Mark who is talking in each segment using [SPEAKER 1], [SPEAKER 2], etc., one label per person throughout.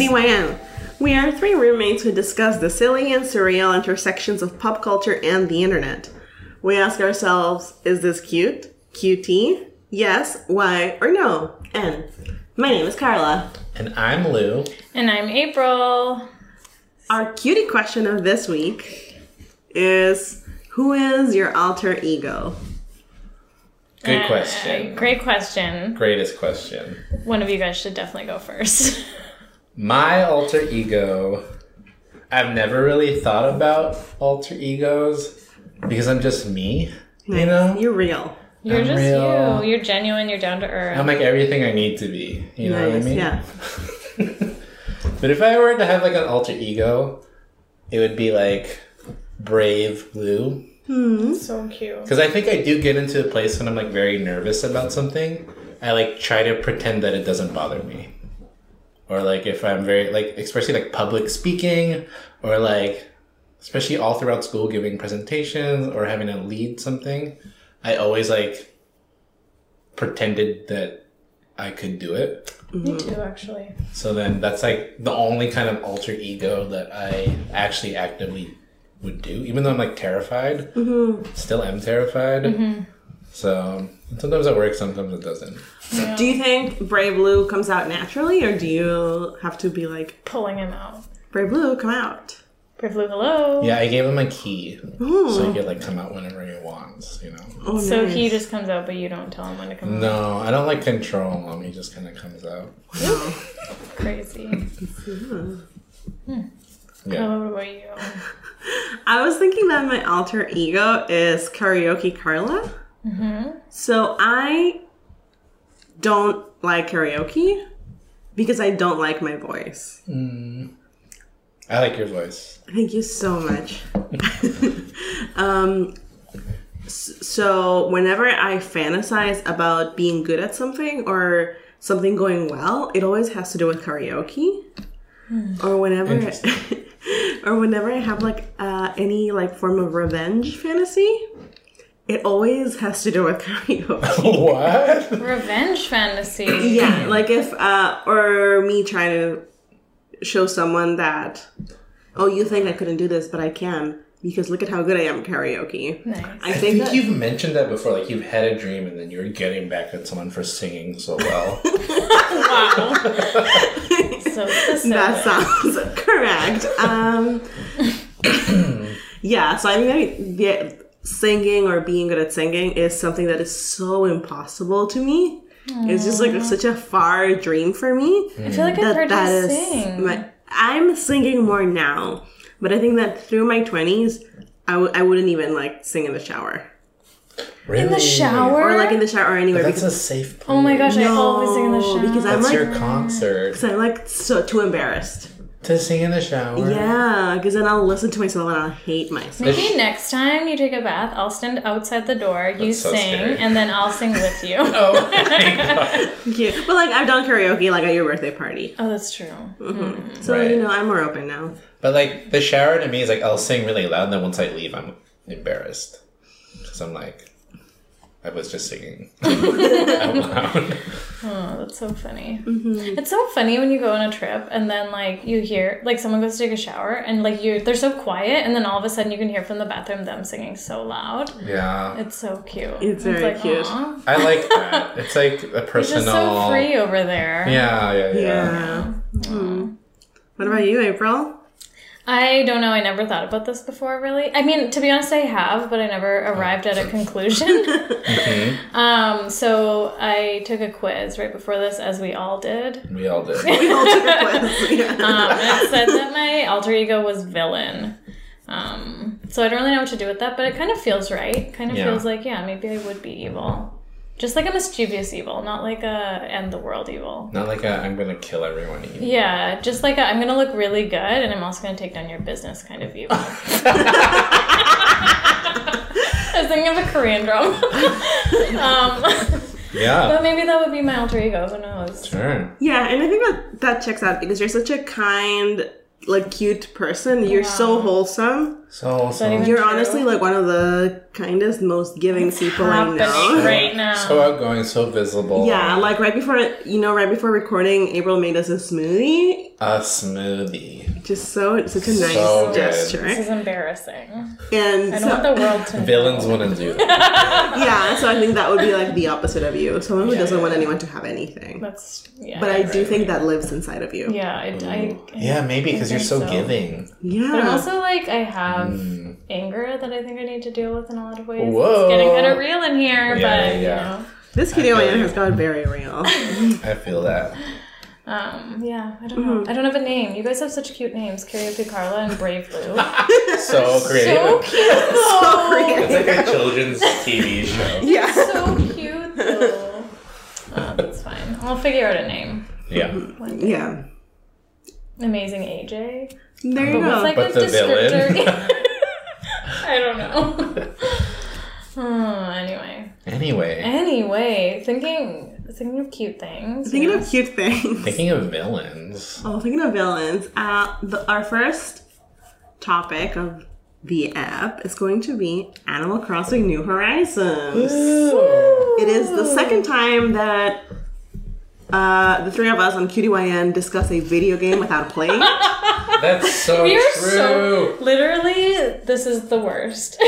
[SPEAKER 1] Joanne. We are three roommates who discuss the silly and surreal intersections of pop culture and the internet. We ask ourselves, is this cute? Cutie? Yes, why, or no? And my name is Carla.
[SPEAKER 2] And I'm Lou.
[SPEAKER 3] And I'm April.
[SPEAKER 1] Our cutie question of this week is Who is your alter ego?
[SPEAKER 2] Good
[SPEAKER 3] Uh,
[SPEAKER 2] question.
[SPEAKER 3] great question.
[SPEAKER 2] Greatest question.
[SPEAKER 3] One of you guys should definitely go first.
[SPEAKER 2] My alter ego. I've never really thought about alter egos because I'm just me. You know?
[SPEAKER 1] You're real.
[SPEAKER 3] You're
[SPEAKER 2] I'm
[SPEAKER 3] just
[SPEAKER 2] real.
[SPEAKER 3] you. You're genuine. You're down to earth.
[SPEAKER 2] I'm like everything I need to be. You know what I
[SPEAKER 1] Nice,
[SPEAKER 2] mean?
[SPEAKER 1] Yeah.
[SPEAKER 2] But if I were to have like an alter ego, it would be like Brave Lou.
[SPEAKER 3] so cute.
[SPEAKER 2] Because I think I do get into a place when I'm like very nervous about something. I like try to pretend that it doesn't bother me. Or like if I'm very like especially like public speaking or like especially all throughout school giving presentations or having to lead something, I always like pretended that I could do it.
[SPEAKER 3] Me too, actually.
[SPEAKER 2] So then that's like the only kind of alter ego that I actually actively would do, even though I'm like terrified.
[SPEAKER 3] Mm-hmm.
[SPEAKER 2] Still am terrified. So sometimes it works, sometimes it doesn't.
[SPEAKER 1] Do you think Brave Blue comes out naturally, or do you have to be like,
[SPEAKER 3] Pulling him out.
[SPEAKER 1] Brave Blue, come out?
[SPEAKER 3] Privilege, hello.
[SPEAKER 2] Yeah, I gave him a key, so he could like come out whenever he wants. You know.
[SPEAKER 1] Oh,
[SPEAKER 3] So
[SPEAKER 1] nice.
[SPEAKER 3] he just comes out, but you don't tell him when to come out.
[SPEAKER 2] No, I don't like control him. He just kind of comes out.
[SPEAKER 3] Crazy.
[SPEAKER 2] Yeah.
[SPEAKER 3] Oh, what about you?
[SPEAKER 1] I was thinking that my alter ego is karaoke Carla. So I don't like karaoke because I don't like my voice.
[SPEAKER 2] I like your voice.
[SPEAKER 1] Thank you so much. um, s- so whenever I fantasize about being good at something or something going well, it always has to do with karaoke. Or whenever,
[SPEAKER 2] Interesting.
[SPEAKER 1] or whenever I have like uh, any like form of revenge fantasy, it always has to do with karaoke.
[SPEAKER 2] what?
[SPEAKER 3] Revenge fantasy.
[SPEAKER 1] yeah, like if uh, or me trying to show someone that, oh, you think I couldn't do this, but I can because look at how good I am at karaoke.
[SPEAKER 3] Nice.
[SPEAKER 1] I
[SPEAKER 2] I
[SPEAKER 1] think,
[SPEAKER 2] think
[SPEAKER 1] that,
[SPEAKER 2] you've mentioned that before. Like you've had a dream, and then you were getting back at someone for singing so well.
[SPEAKER 3] So
[SPEAKER 1] that
[SPEAKER 3] specific.
[SPEAKER 1] sounds correct. Um, yeah, so I'm gonna yeah, singing or being good at singing is something that is so impossible to me. It's just like such a far dream for me.
[SPEAKER 3] I feel like I've heard
[SPEAKER 1] that
[SPEAKER 3] you
[SPEAKER 1] is
[SPEAKER 3] sing.
[SPEAKER 1] my i'm singing more now but i think that through my 20s I w- I wouldn't even like sing in the shower
[SPEAKER 2] Really?
[SPEAKER 3] in the shower.
[SPEAKER 1] or like in the shower or anywhere
[SPEAKER 2] That's
[SPEAKER 1] because
[SPEAKER 2] a safe place.
[SPEAKER 3] oh my gosh, I
[SPEAKER 1] No,
[SPEAKER 3] always sing in the shower.
[SPEAKER 1] because I'm like-
[SPEAKER 2] That's your concert.
[SPEAKER 1] i'm like so too embarrassed
[SPEAKER 2] To sing in the shower.
[SPEAKER 1] yeah because then i'll listen to myself and i'll hate myself
[SPEAKER 3] Maybe next time you take a bath, I'll stand outside the door, you
[SPEAKER 2] That's so
[SPEAKER 3] sing,
[SPEAKER 2] scary.
[SPEAKER 3] and then I'll sing with you.
[SPEAKER 2] Oh my god.
[SPEAKER 1] Cute. but like i've done karaoke like at your birthday party
[SPEAKER 3] Oh, that's true.
[SPEAKER 1] so
[SPEAKER 2] Right.
[SPEAKER 1] you know i'm more open now
[SPEAKER 2] But like the shower to me is like I'll sing really loud, and then once I leave, I'm embarrassed because I'm like, I was just singing out loud.
[SPEAKER 3] Oh, that's so funny.
[SPEAKER 1] Mm-hmm.
[SPEAKER 3] It's so funny when you go on a trip and then like you hear like someone goes to take a shower and like you they're so quiet and then all of a sudden you can hear from the bathroom them singing so loud.
[SPEAKER 2] Yeah,
[SPEAKER 3] It's so cute.
[SPEAKER 1] It's very
[SPEAKER 3] like,
[SPEAKER 1] cute.
[SPEAKER 3] aw.
[SPEAKER 2] I like that. It's like a
[SPEAKER 3] Just
[SPEAKER 2] personal.
[SPEAKER 3] so free over there.
[SPEAKER 2] Yeah, yeah, yeah.
[SPEAKER 1] yeah Mm. what about you april
[SPEAKER 3] I don't know. I never thought about this before, really. I mean, to be honest, I have, but I never arrived at a conclusion. um, so I took a quiz right before this, as we all did. Um,
[SPEAKER 2] We all did.
[SPEAKER 1] We all took a quiz. Yeah.
[SPEAKER 3] and it said that my alter ego was villain. Um, so I don't really know what to do with that, but it kind of feels right. Kind of
[SPEAKER 2] Yeah.
[SPEAKER 3] feels like, yeah, maybe I would be evil. Just like a mischievous evil, not like a end the world evil.
[SPEAKER 2] Not like i am I'm gonna kill everyone. Either.
[SPEAKER 3] Yeah, just like a, I'm gonna look really good, and I'm also gonna take down your business, kind of evil. I was thinking of a Korean drama. um,
[SPEAKER 2] Yeah.
[SPEAKER 3] but maybe that would be my alter ego. Who knows?
[SPEAKER 2] Sure.
[SPEAKER 1] Yeah, and I think that that checks out because you're such a kind, like cute person. You're so wholesome.
[SPEAKER 2] So also.
[SPEAKER 3] even-
[SPEAKER 1] You're
[SPEAKER 3] True.
[SPEAKER 1] honestly like one of the kindest, most giving people I know.
[SPEAKER 3] happening right now.
[SPEAKER 2] So outgoing, so visible.
[SPEAKER 1] Yeah, like right before you know, right before recording, April made us a smoothie,
[SPEAKER 2] a smoothie.
[SPEAKER 1] Just so it's such a nice
[SPEAKER 2] So good.
[SPEAKER 3] This
[SPEAKER 1] gesture.
[SPEAKER 3] is embarrassing.
[SPEAKER 1] And
[SPEAKER 3] I
[SPEAKER 1] so,
[SPEAKER 3] don't want the world to know.
[SPEAKER 2] Villains wouldn't do that.
[SPEAKER 1] yeah, so I think that would be like the opposite of you. Someone who
[SPEAKER 2] Yeah,
[SPEAKER 1] doesn't
[SPEAKER 2] yeah.
[SPEAKER 1] want anyone to have anything.
[SPEAKER 3] That's yeah.
[SPEAKER 1] But I do
[SPEAKER 2] right,
[SPEAKER 1] think that lives inside of you.
[SPEAKER 3] yeah, I, I,
[SPEAKER 2] Yeah, maybe because you're
[SPEAKER 3] think
[SPEAKER 2] so,
[SPEAKER 3] so.
[SPEAKER 2] giving.
[SPEAKER 1] Yeah.
[SPEAKER 3] But I'm also like I have anger that I think I need to deal with in a lot of ways.
[SPEAKER 2] Whoa.
[SPEAKER 3] It's getting kind of real in
[SPEAKER 2] Yeah,
[SPEAKER 3] here, but
[SPEAKER 2] yeah.
[SPEAKER 1] this
[SPEAKER 2] feel
[SPEAKER 1] Kidoan
[SPEAKER 2] you.
[SPEAKER 1] has gone very real.
[SPEAKER 2] I feel that.
[SPEAKER 3] you know, um, yeah, I don't
[SPEAKER 2] Mm.
[SPEAKER 3] know. I don't have a name. You guys have such cute names: Karaoke Carla and Brave Lou.
[SPEAKER 2] So creative.
[SPEAKER 3] so cute though.
[SPEAKER 2] it's like a children's TV show.
[SPEAKER 1] yeah.
[SPEAKER 3] so cute though. Oh, that's fine. I'll figure out a name.
[SPEAKER 2] Yeah.
[SPEAKER 1] Yeah.
[SPEAKER 3] Amazing AJ.
[SPEAKER 1] There you go.
[SPEAKER 3] It's like
[SPEAKER 2] But
[SPEAKER 3] a
[SPEAKER 2] the
[SPEAKER 3] descriptor.
[SPEAKER 2] villain?
[SPEAKER 3] I don't know. oh, anyway.
[SPEAKER 2] Anyway,
[SPEAKER 3] Anyway, thinking thinking of cute things.
[SPEAKER 1] thinking of cute things.
[SPEAKER 2] thinking of villains.
[SPEAKER 1] Oh, thinking of villains. Uh, the, our first topic of the app is going to be Animal Crossing New Horizons. It is the second time that uh, the three of us on QDYN discuss a video game without playing.
[SPEAKER 2] That's so
[SPEAKER 3] we are
[SPEAKER 2] true.
[SPEAKER 3] so literally this is the worst.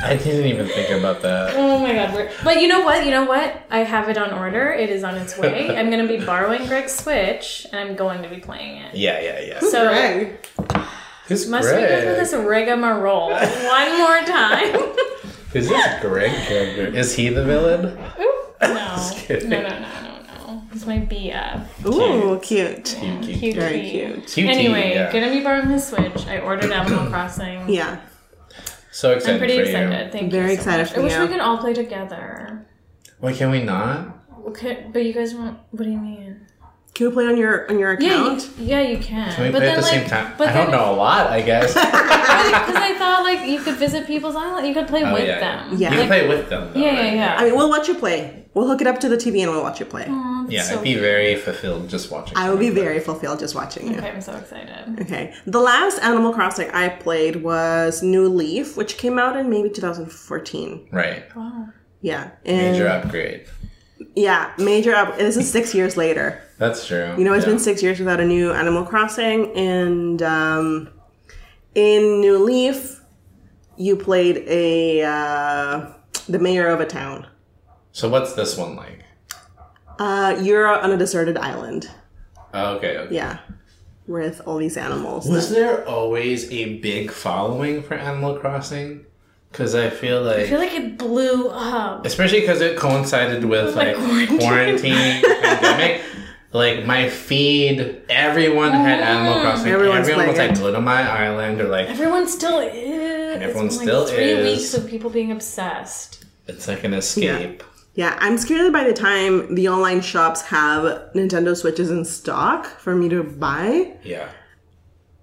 [SPEAKER 2] I didn't even think about that.
[SPEAKER 3] oh my god, we're but you know what? You know what? I have it on order. It is on its way. I'm gonna be borrowing Greg's Switch and I'm going to be playing it.
[SPEAKER 2] Yeah, yeah, yeah.
[SPEAKER 3] So
[SPEAKER 1] Greg.
[SPEAKER 2] Who's
[SPEAKER 3] must we go through
[SPEAKER 2] Greg?
[SPEAKER 3] this rigmarole one more time?
[SPEAKER 2] Who's this Greg character? Is he the villain?
[SPEAKER 3] Ooh, no.
[SPEAKER 2] kidding.
[SPEAKER 3] no, no, no, no, no. It's my BF.
[SPEAKER 1] Ooh, cute.
[SPEAKER 2] Cute,
[SPEAKER 3] Cute.
[SPEAKER 2] cute.
[SPEAKER 1] Very
[SPEAKER 3] uh, Cutie.
[SPEAKER 1] cute.
[SPEAKER 2] Cutie,
[SPEAKER 3] anyway,
[SPEAKER 2] yeah.
[SPEAKER 3] gonna be borrowing his Switch. I ordered Animal Crossing.
[SPEAKER 1] Yeah.
[SPEAKER 2] So excited
[SPEAKER 3] I'm pretty
[SPEAKER 2] for
[SPEAKER 3] excited.
[SPEAKER 2] you.
[SPEAKER 3] Thank
[SPEAKER 1] Very
[SPEAKER 3] you. so
[SPEAKER 1] excited
[SPEAKER 3] much.
[SPEAKER 1] for
[SPEAKER 3] I wish
[SPEAKER 1] you.
[SPEAKER 3] we could all play together.
[SPEAKER 2] Wait, can we not?
[SPEAKER 3] Okay, but you guys won't. What do you mean?
[SPEAKER 1] Can we play on your on your
[SPEAKER 3] Yeah,
[SPEAKER 1] account?
[SPEAKER 3] you, yeah, you can.
[SPEAKER 2] Can we
[SPEAKER 3] but
[SPEAKER 2] play at
[SPEAKER 3] then,
[SPEAKER 2] the
[SPEAKER 3] like,
[SPEAKER 2] same time?
[SPEAKER 3] But
[SPEAKER 2] I
[SPEAKER 3] then,
[SPEAKER 2] don't know a lot, I guess.
[SPEAKER 3] Because I thought like you could visit people's island. You could play
[SPEAKER 2] Oh,
[SPEAKER 3] with
[SPEAKER 2] yeah,
[SPEAKER 3] them.
[SPEAKER 1] Yeah.
[SPEAKER 2] You
[SPEAKER 1] Like-
[SPEAKER 2] can play with them. Though,
[SPEAKER 3] Yeah,
[SPEAKER 2] right?
[SPEAKER 3] yeah, yeah.
[SPEAKER 1] I mean, we'll watch you play. We'll hook it up to the TV and we'll watch you play.
[SPEAKER 3] Aw, that's
[SPEAKER 2] Yeah,
[SPEAKER 3] so
[SPEAKER 2] I'd be very fulfilled just watching.
[SPEAKER 1] I will be
[SPEAKER 2] someone.
[SPEAKER 1] very fulfilled just watching you.
[SPEAKER 3] Okay, I'm so excited.
[SPEAKER 1] Okay. The last Animal Crossing I played was New Leaf, which came out in maybe 2014.
[SPEAKER 2] right.
[SPEAKER 3] Wow.
[SPEAKER 1] Yeah. And
[SPEAKER 2] Major upgrade.
[SPEAKER 1] Yeah, major up. This is six years later.
[SPEAKER 2] That's true.
[SPEAKER 1] You know, it's
[SPEAKER 2] yeah.
[SPEAKER 1] been six years without a new Animal Crossing, and um, in New Leaf, you played a uh, the mayor of a town.
[SPEAKER 2] So what's this one like?
[SPEAKER 1] Uh, you're on a deserted island.
[SPEAKER 2] Oh, okay. okay.
[SPEAKER 1] Yeah, with all these animals.
[SPEAKER 2] Was there always a big following for Animal Crossing? Because I feel like,
[SPEAKER 3] I feel like it blew up.
[SPEAKER 2] especially because it coincided with like,
[SPEAKER 3] Like quarantine.
[SPEAKER 2] quarantine, pandemic. Like my feed, everyone had Animal Crossing.
[SPEAKER 1] Oh, Everyone's
[SPEAKER 2] everyone was
[SPEAKER 1] playing
[SPEAKER 2] like,
[SPEAKER 1] it.
[SPEAKER 2] "Go to my island," or like,
[SPEAKER 3] Everyone still is.
[SPEAKER 2] everyone
[SPEAKER 3] It's been,
[SPEAKER 2] still
[SPEAKER 3] like three
[SPEAKER 2] is.
[SPEAKER 3] weeks of people being obsessed.
[SPEAKER 2] "It's like an escape."
[SPEAKER 1] Yeah, I'm scared that by the time the online shops have Nintendo Switches in stock for me to buy,
[SPEAKER 2] Yeah.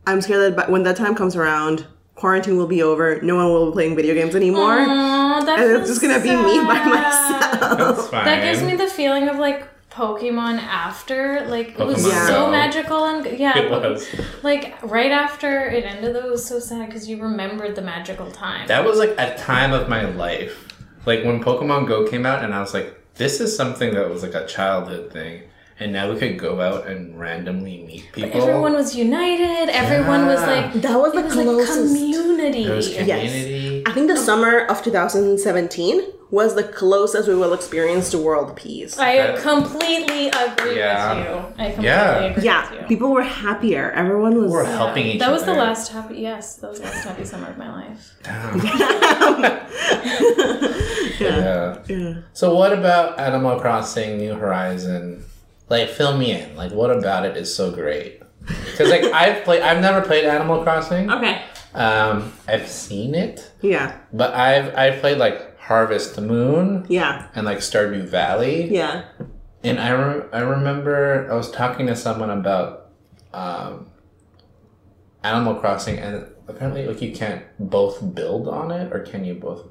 [SPEAKER 1] I'm scared that by- when that time comes around, quarantine will be over. No one will be playing video games anymore.
[SPEAKER 3] Aw, that
[SPEAKER 1] And
[SPEAKER 3] feels
[SPEAKER 1] it's just gonna be me by
[SPEAKER 3] sad.
[SPEAKER 1] myself.
[SPEAKER 2] It's fine.
[SPEAKER 3] That gives me the feeling of like Pokemon after, like it was
[SPEAKER 2] Pokemon
[SPEAKER 3] so
[SPEAKER 2] Go.
[SPEAKER 3] magical and yeah,
[SPEAKER 2] It was.
[SPEAKER 3] like right after it ended, though, it was so sad because you remembered the magical time.
[SPEAKER 2] That was like a time of my life. Like when Pokemon Go came out, and I was like, this is something that was like a childhood thing. And now we could go out and randomly meet people.
[SPEAKER 3] everyone was united. Everyone was like
[SPEAKER 1] That was
[SPEAKER 3] it was like community.
[SPEAKER 2] There was
[SPEAKER 3] yeah.
[SPEAKER 2] community.
[SPEAKER 3] Ah,
[SPEAKER 1] I think the summer of 2017 was the closest we will experience to world peace.
[SPEAKER 3] I completely agree
[SPEAKER 2] Yeah.
[SPEAKER 3] with you. I completely
[SPEAKER 2] Yeah.
[SPEAKER 3] agree with
[SPEAKER 1] Yeah,
[SPEAKER 3] you.
[SPEAKER 1] people were happier. Everyone was.
[SPEAKER 2] We're helping each
[SPEAKER 3] that
[SPEAKER 2] other.
[SPEAKER 3] was the last happy. Yes, that was the last happy summer of my life.
[SPEAKER 2] Damn.
[SPEAKER 1] yeah.
[SPEAKER 2] Yeah.
[SPEAKER 1] yeah.
[SPEAKER 2] So what about Animal Crossing New Horizon? Like, fill me in. Like, what about it is so great? Because like I've played, I've never played Animal Crossing.
[SPEAKER 1] Okay.
[SPEAKER 2] Um, I've seen it,
[SPEAKER 1] Yeah.
[SPEAKER 2] but I've I've played like Harvest Moon
[SPEAKER 1] Yeah.
[SPEAKER 2] and like Stardew Valley.
[SPEAKER 1] Yeah.
[SPEAKER 2] And I, re- I remember I was talking to someone about um, Animal Crossing, and apparently, like, you can't both build on it, or can you both?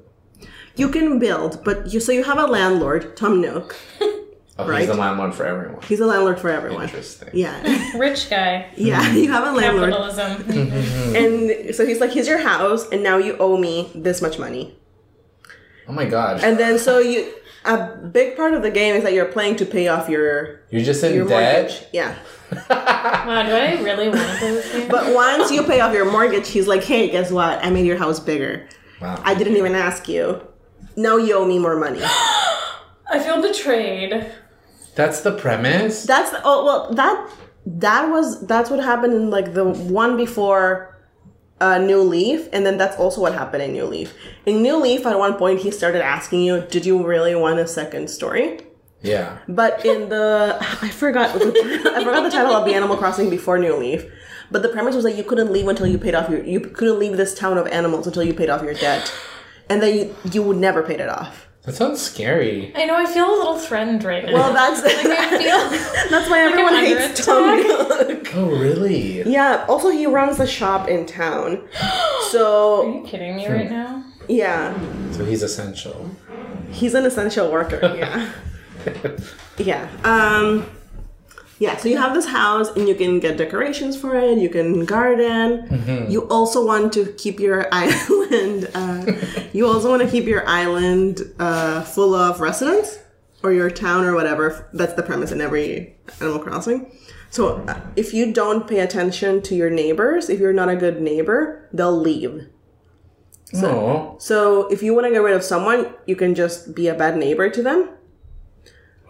[SPEAKER 1] You can build, but you so you have a landlord, Tom Nook.
[SPEAKER 2] Oh,
[SPEAKER 1] Right.
[SPEAKER 2] he's the landlord for everyone.
[SPEAKER 1] He's a landlord for everyone.
[SPEAKER 2] Interesting.
[SPEAKER 1] Yeah.
[SPEAKER 3] Rich guy
[SPEAKER 1] Yeah. You have a landlord.
[SPEAKER 3] capitalism.
[SPEAKER 1] And so he's like, here's your house, and now you owe me this much money.
[SPEAKER 2] Oh my god.
[SPEAKER 1] And then so you A big part of the game is that you're playing to pay off your
[SPEAKER 2] You're just in
[SPEAKER 1] your mortgage.
[SPEAKER 2] debt.
[SPEAKER 1] Yeah.
[SPEAKER 3] Wow, do I really want to play this game?
[SPEAKER 1] But once you pay off your mortgage, he's like, "Hey, guess what? I made your house bigger.
[SPEAKER 2] Wow.
[SPEAKER 1] I didn't even ask you. Now you owe me more money."
[SPEAKER 3] I feel betrayed.
[SPEAKER 2] That's the premise.
[SPEAKER 1] That's the, oh well that that was that's what happened in like the one before uh, New Leaf, and then that's also what happened in New Leaf. In New Leaf, at one point he started asking you, "Did you really want a second story?"
[SPEAKER 2] Yeah.
[SPEAKER 1] But in the I forgot what the, I forgot the title of the Animal Crossing before New Leaf. But the premise was that you couldn't leave until you paid off your you couldn't leave this town of animals until you paid off your debt, and then you you would never paid it off.
[SPEAKER 2] That sounds scary.
[SPEAKER 3] I know, I feel a little threatened right now.
[SPEAKER 1] Well, that's
[SPEAKER 3] I feel
[SPEAKER 1] that's why
[SPEAKER 3] I'm
[SPEAKER 1] everyone
[SPEAKER 3] under
[SPEAKER 1] hates
[SPEAKER 3] attack.
[SPEAKER 1] Tom.
[SPEAKER 2] Oh, really?
[SPEAKER 1] Yeah. Also, he runs the shop in town.
[SPEAKER 3] Are
[SPEAKER 1] So
[SPEAKER 3] you kidding me right now?
[SPEAKER 1] yeah,
[SPEAKER 2] So he's essential.
[SPEAKER 1] he's an essential worker. Yeah. Yeah. Um. Yeah. So you have this house, and you can get decorations for it. You can garden.
[SPEAKER 3] Mm-hmm.
[SPEAKER 1] You also want to keep your island. Uh, you also want to keep your island uh, full of residents, or your town, or whatever. That's the premise in every Animal Crossing. So uh, if you don't pay attention to your neighbors, if you're not a good neighbor, they'll leave.
[SPEAKER 2] No.
[SPEAKER 1] So if you want to get rid of someone, you can just be a bad neighbor to them.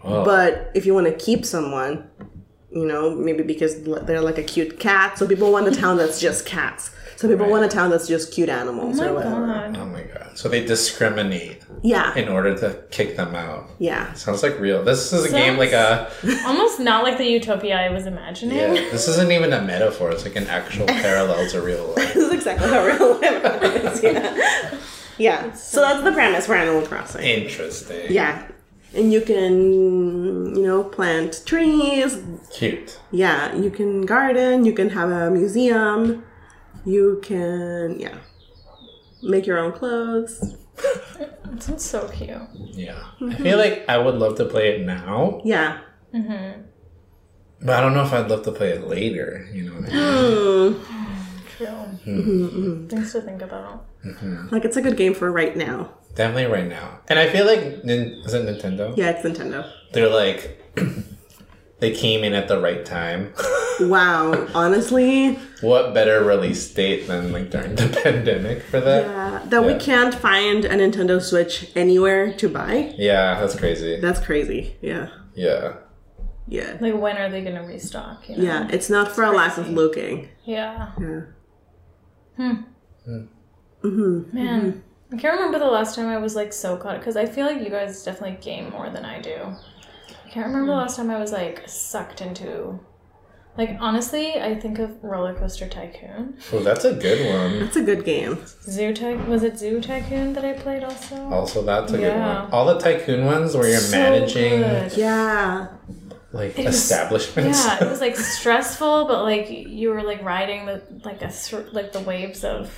[SPEAKER 2] Oh.
[SPEAKER 1] But if you want to keep someone, you know, maybe because l- they're like a cute cat, so people want a town that's just cats. So people want a town that's just cute animals or
[SPEAKER 3] Oh my
[SPEAKER 1] whatever.
[SPEAKER 3] god.
[SPEAKER 2] oh my god. So they discriminate
[SPEAKER 1] Yeah,
[SPEAKER 2] in order to kick them out.
[SPEAKER 1] yeah.
[SPEAKER 2] Sounds like real. This is a game like a
[SPEAKER 3] Almost not like the utopia I was imagining.
[SPEAKER 2] yeah. This isn't even a metaphor. It's like an actual parallel to real life.
[SPEAKER 1] This is exactly how real life is. Yeah, yeah. So that's the premise for Animal Crossing.
[SPEAKER 2] Interesting.
[SPEAKER 1] Yeah, and you can, you know, plant trees.
[SPEAKER 2] Cute.
[SPEAKER 1] Yeah, you can garden. You can have a museum. You can, yeah, make your own clothes.
[SPEAKER 3] It sounds so cute.
[SPEAKER 2] Yeah.
[SPEAKER 3] Mm-hmm.
[SPEAKER 2] I feel like I would love to play it now,
[SPEAKER 1] Yeah.
[SPEAKER 2] but I don't know if I'd love to play it later. You know. What I mean?
[SPEAKER 3] True.
[SPEAKER 1] Mm-hmm.
[SPEAKER 3] Things to think about.
[SPEAKER 1] Like it's a good game for right now.
[SPEAKER 2] Definitely right now. And I feel like nin- is it Nintendo?
[SPEAKER 1] Yeah, it's Nintendo.
[SPEAKER 2] They're like. They came in at the right time.
[SPEAKER 1] Wow, honestly,
[SPEAKER 2] what better release date than like during the pandemic for that?
[SPEAKER 1] uh, that we
[SPEAKER 2] Yeah.
[SPEAKER 1] can't find a Nintendo Switch anywhere to buy.
[SPEAKER 2] Yeah, that's crazy.
[SPEAKER 1] That's crazy. Yeah,
[SPEAKER 2] Yeah.
[SPEAKER 1] yeah,
[SPEAKER 3] Like, when are they going to restock? You know?
[SPEAKER 1] yeah. It's not for a lack of looking.
[SPEAKER 3] Yeah. Hmm.
[SPEAKER 1] Yeah. Mm-hmm.
[SPEAKER 3] Man, I can't remember the last time I was like so caught because I feel like you guys definitely game more than I do. I can't remember
[SPEAKER 1] Mm.
[SPEAKER 3] the last time I was like sucked into. Like honestly, I think of Roller Coaster Tycoon,
[SPEAKER 2] Oh, that's a good one.
[SPEAKER 1] It's a good game.
[SPEAKER 3] Zoo Tycoon. Was it Zoo Tycoon that I played also?
[SPEAKER 2] Also, that's a good
[SPEAKER 3] Yeah.
[SPEAKER 2] one. All the tycoon ones where you're
[SPEAKER 3] So
[SPEAKER 2] managing
[SPEAKER 3] good.
[SPEAKER 1] Yeah,
[SPEAKER 2] like
[SPEAKER 3] was-
[SPEAKER 2] establishments.
[SPEAKER 3] Yeah, it was like stressful, but like you were like riding the like a sur- like the waves of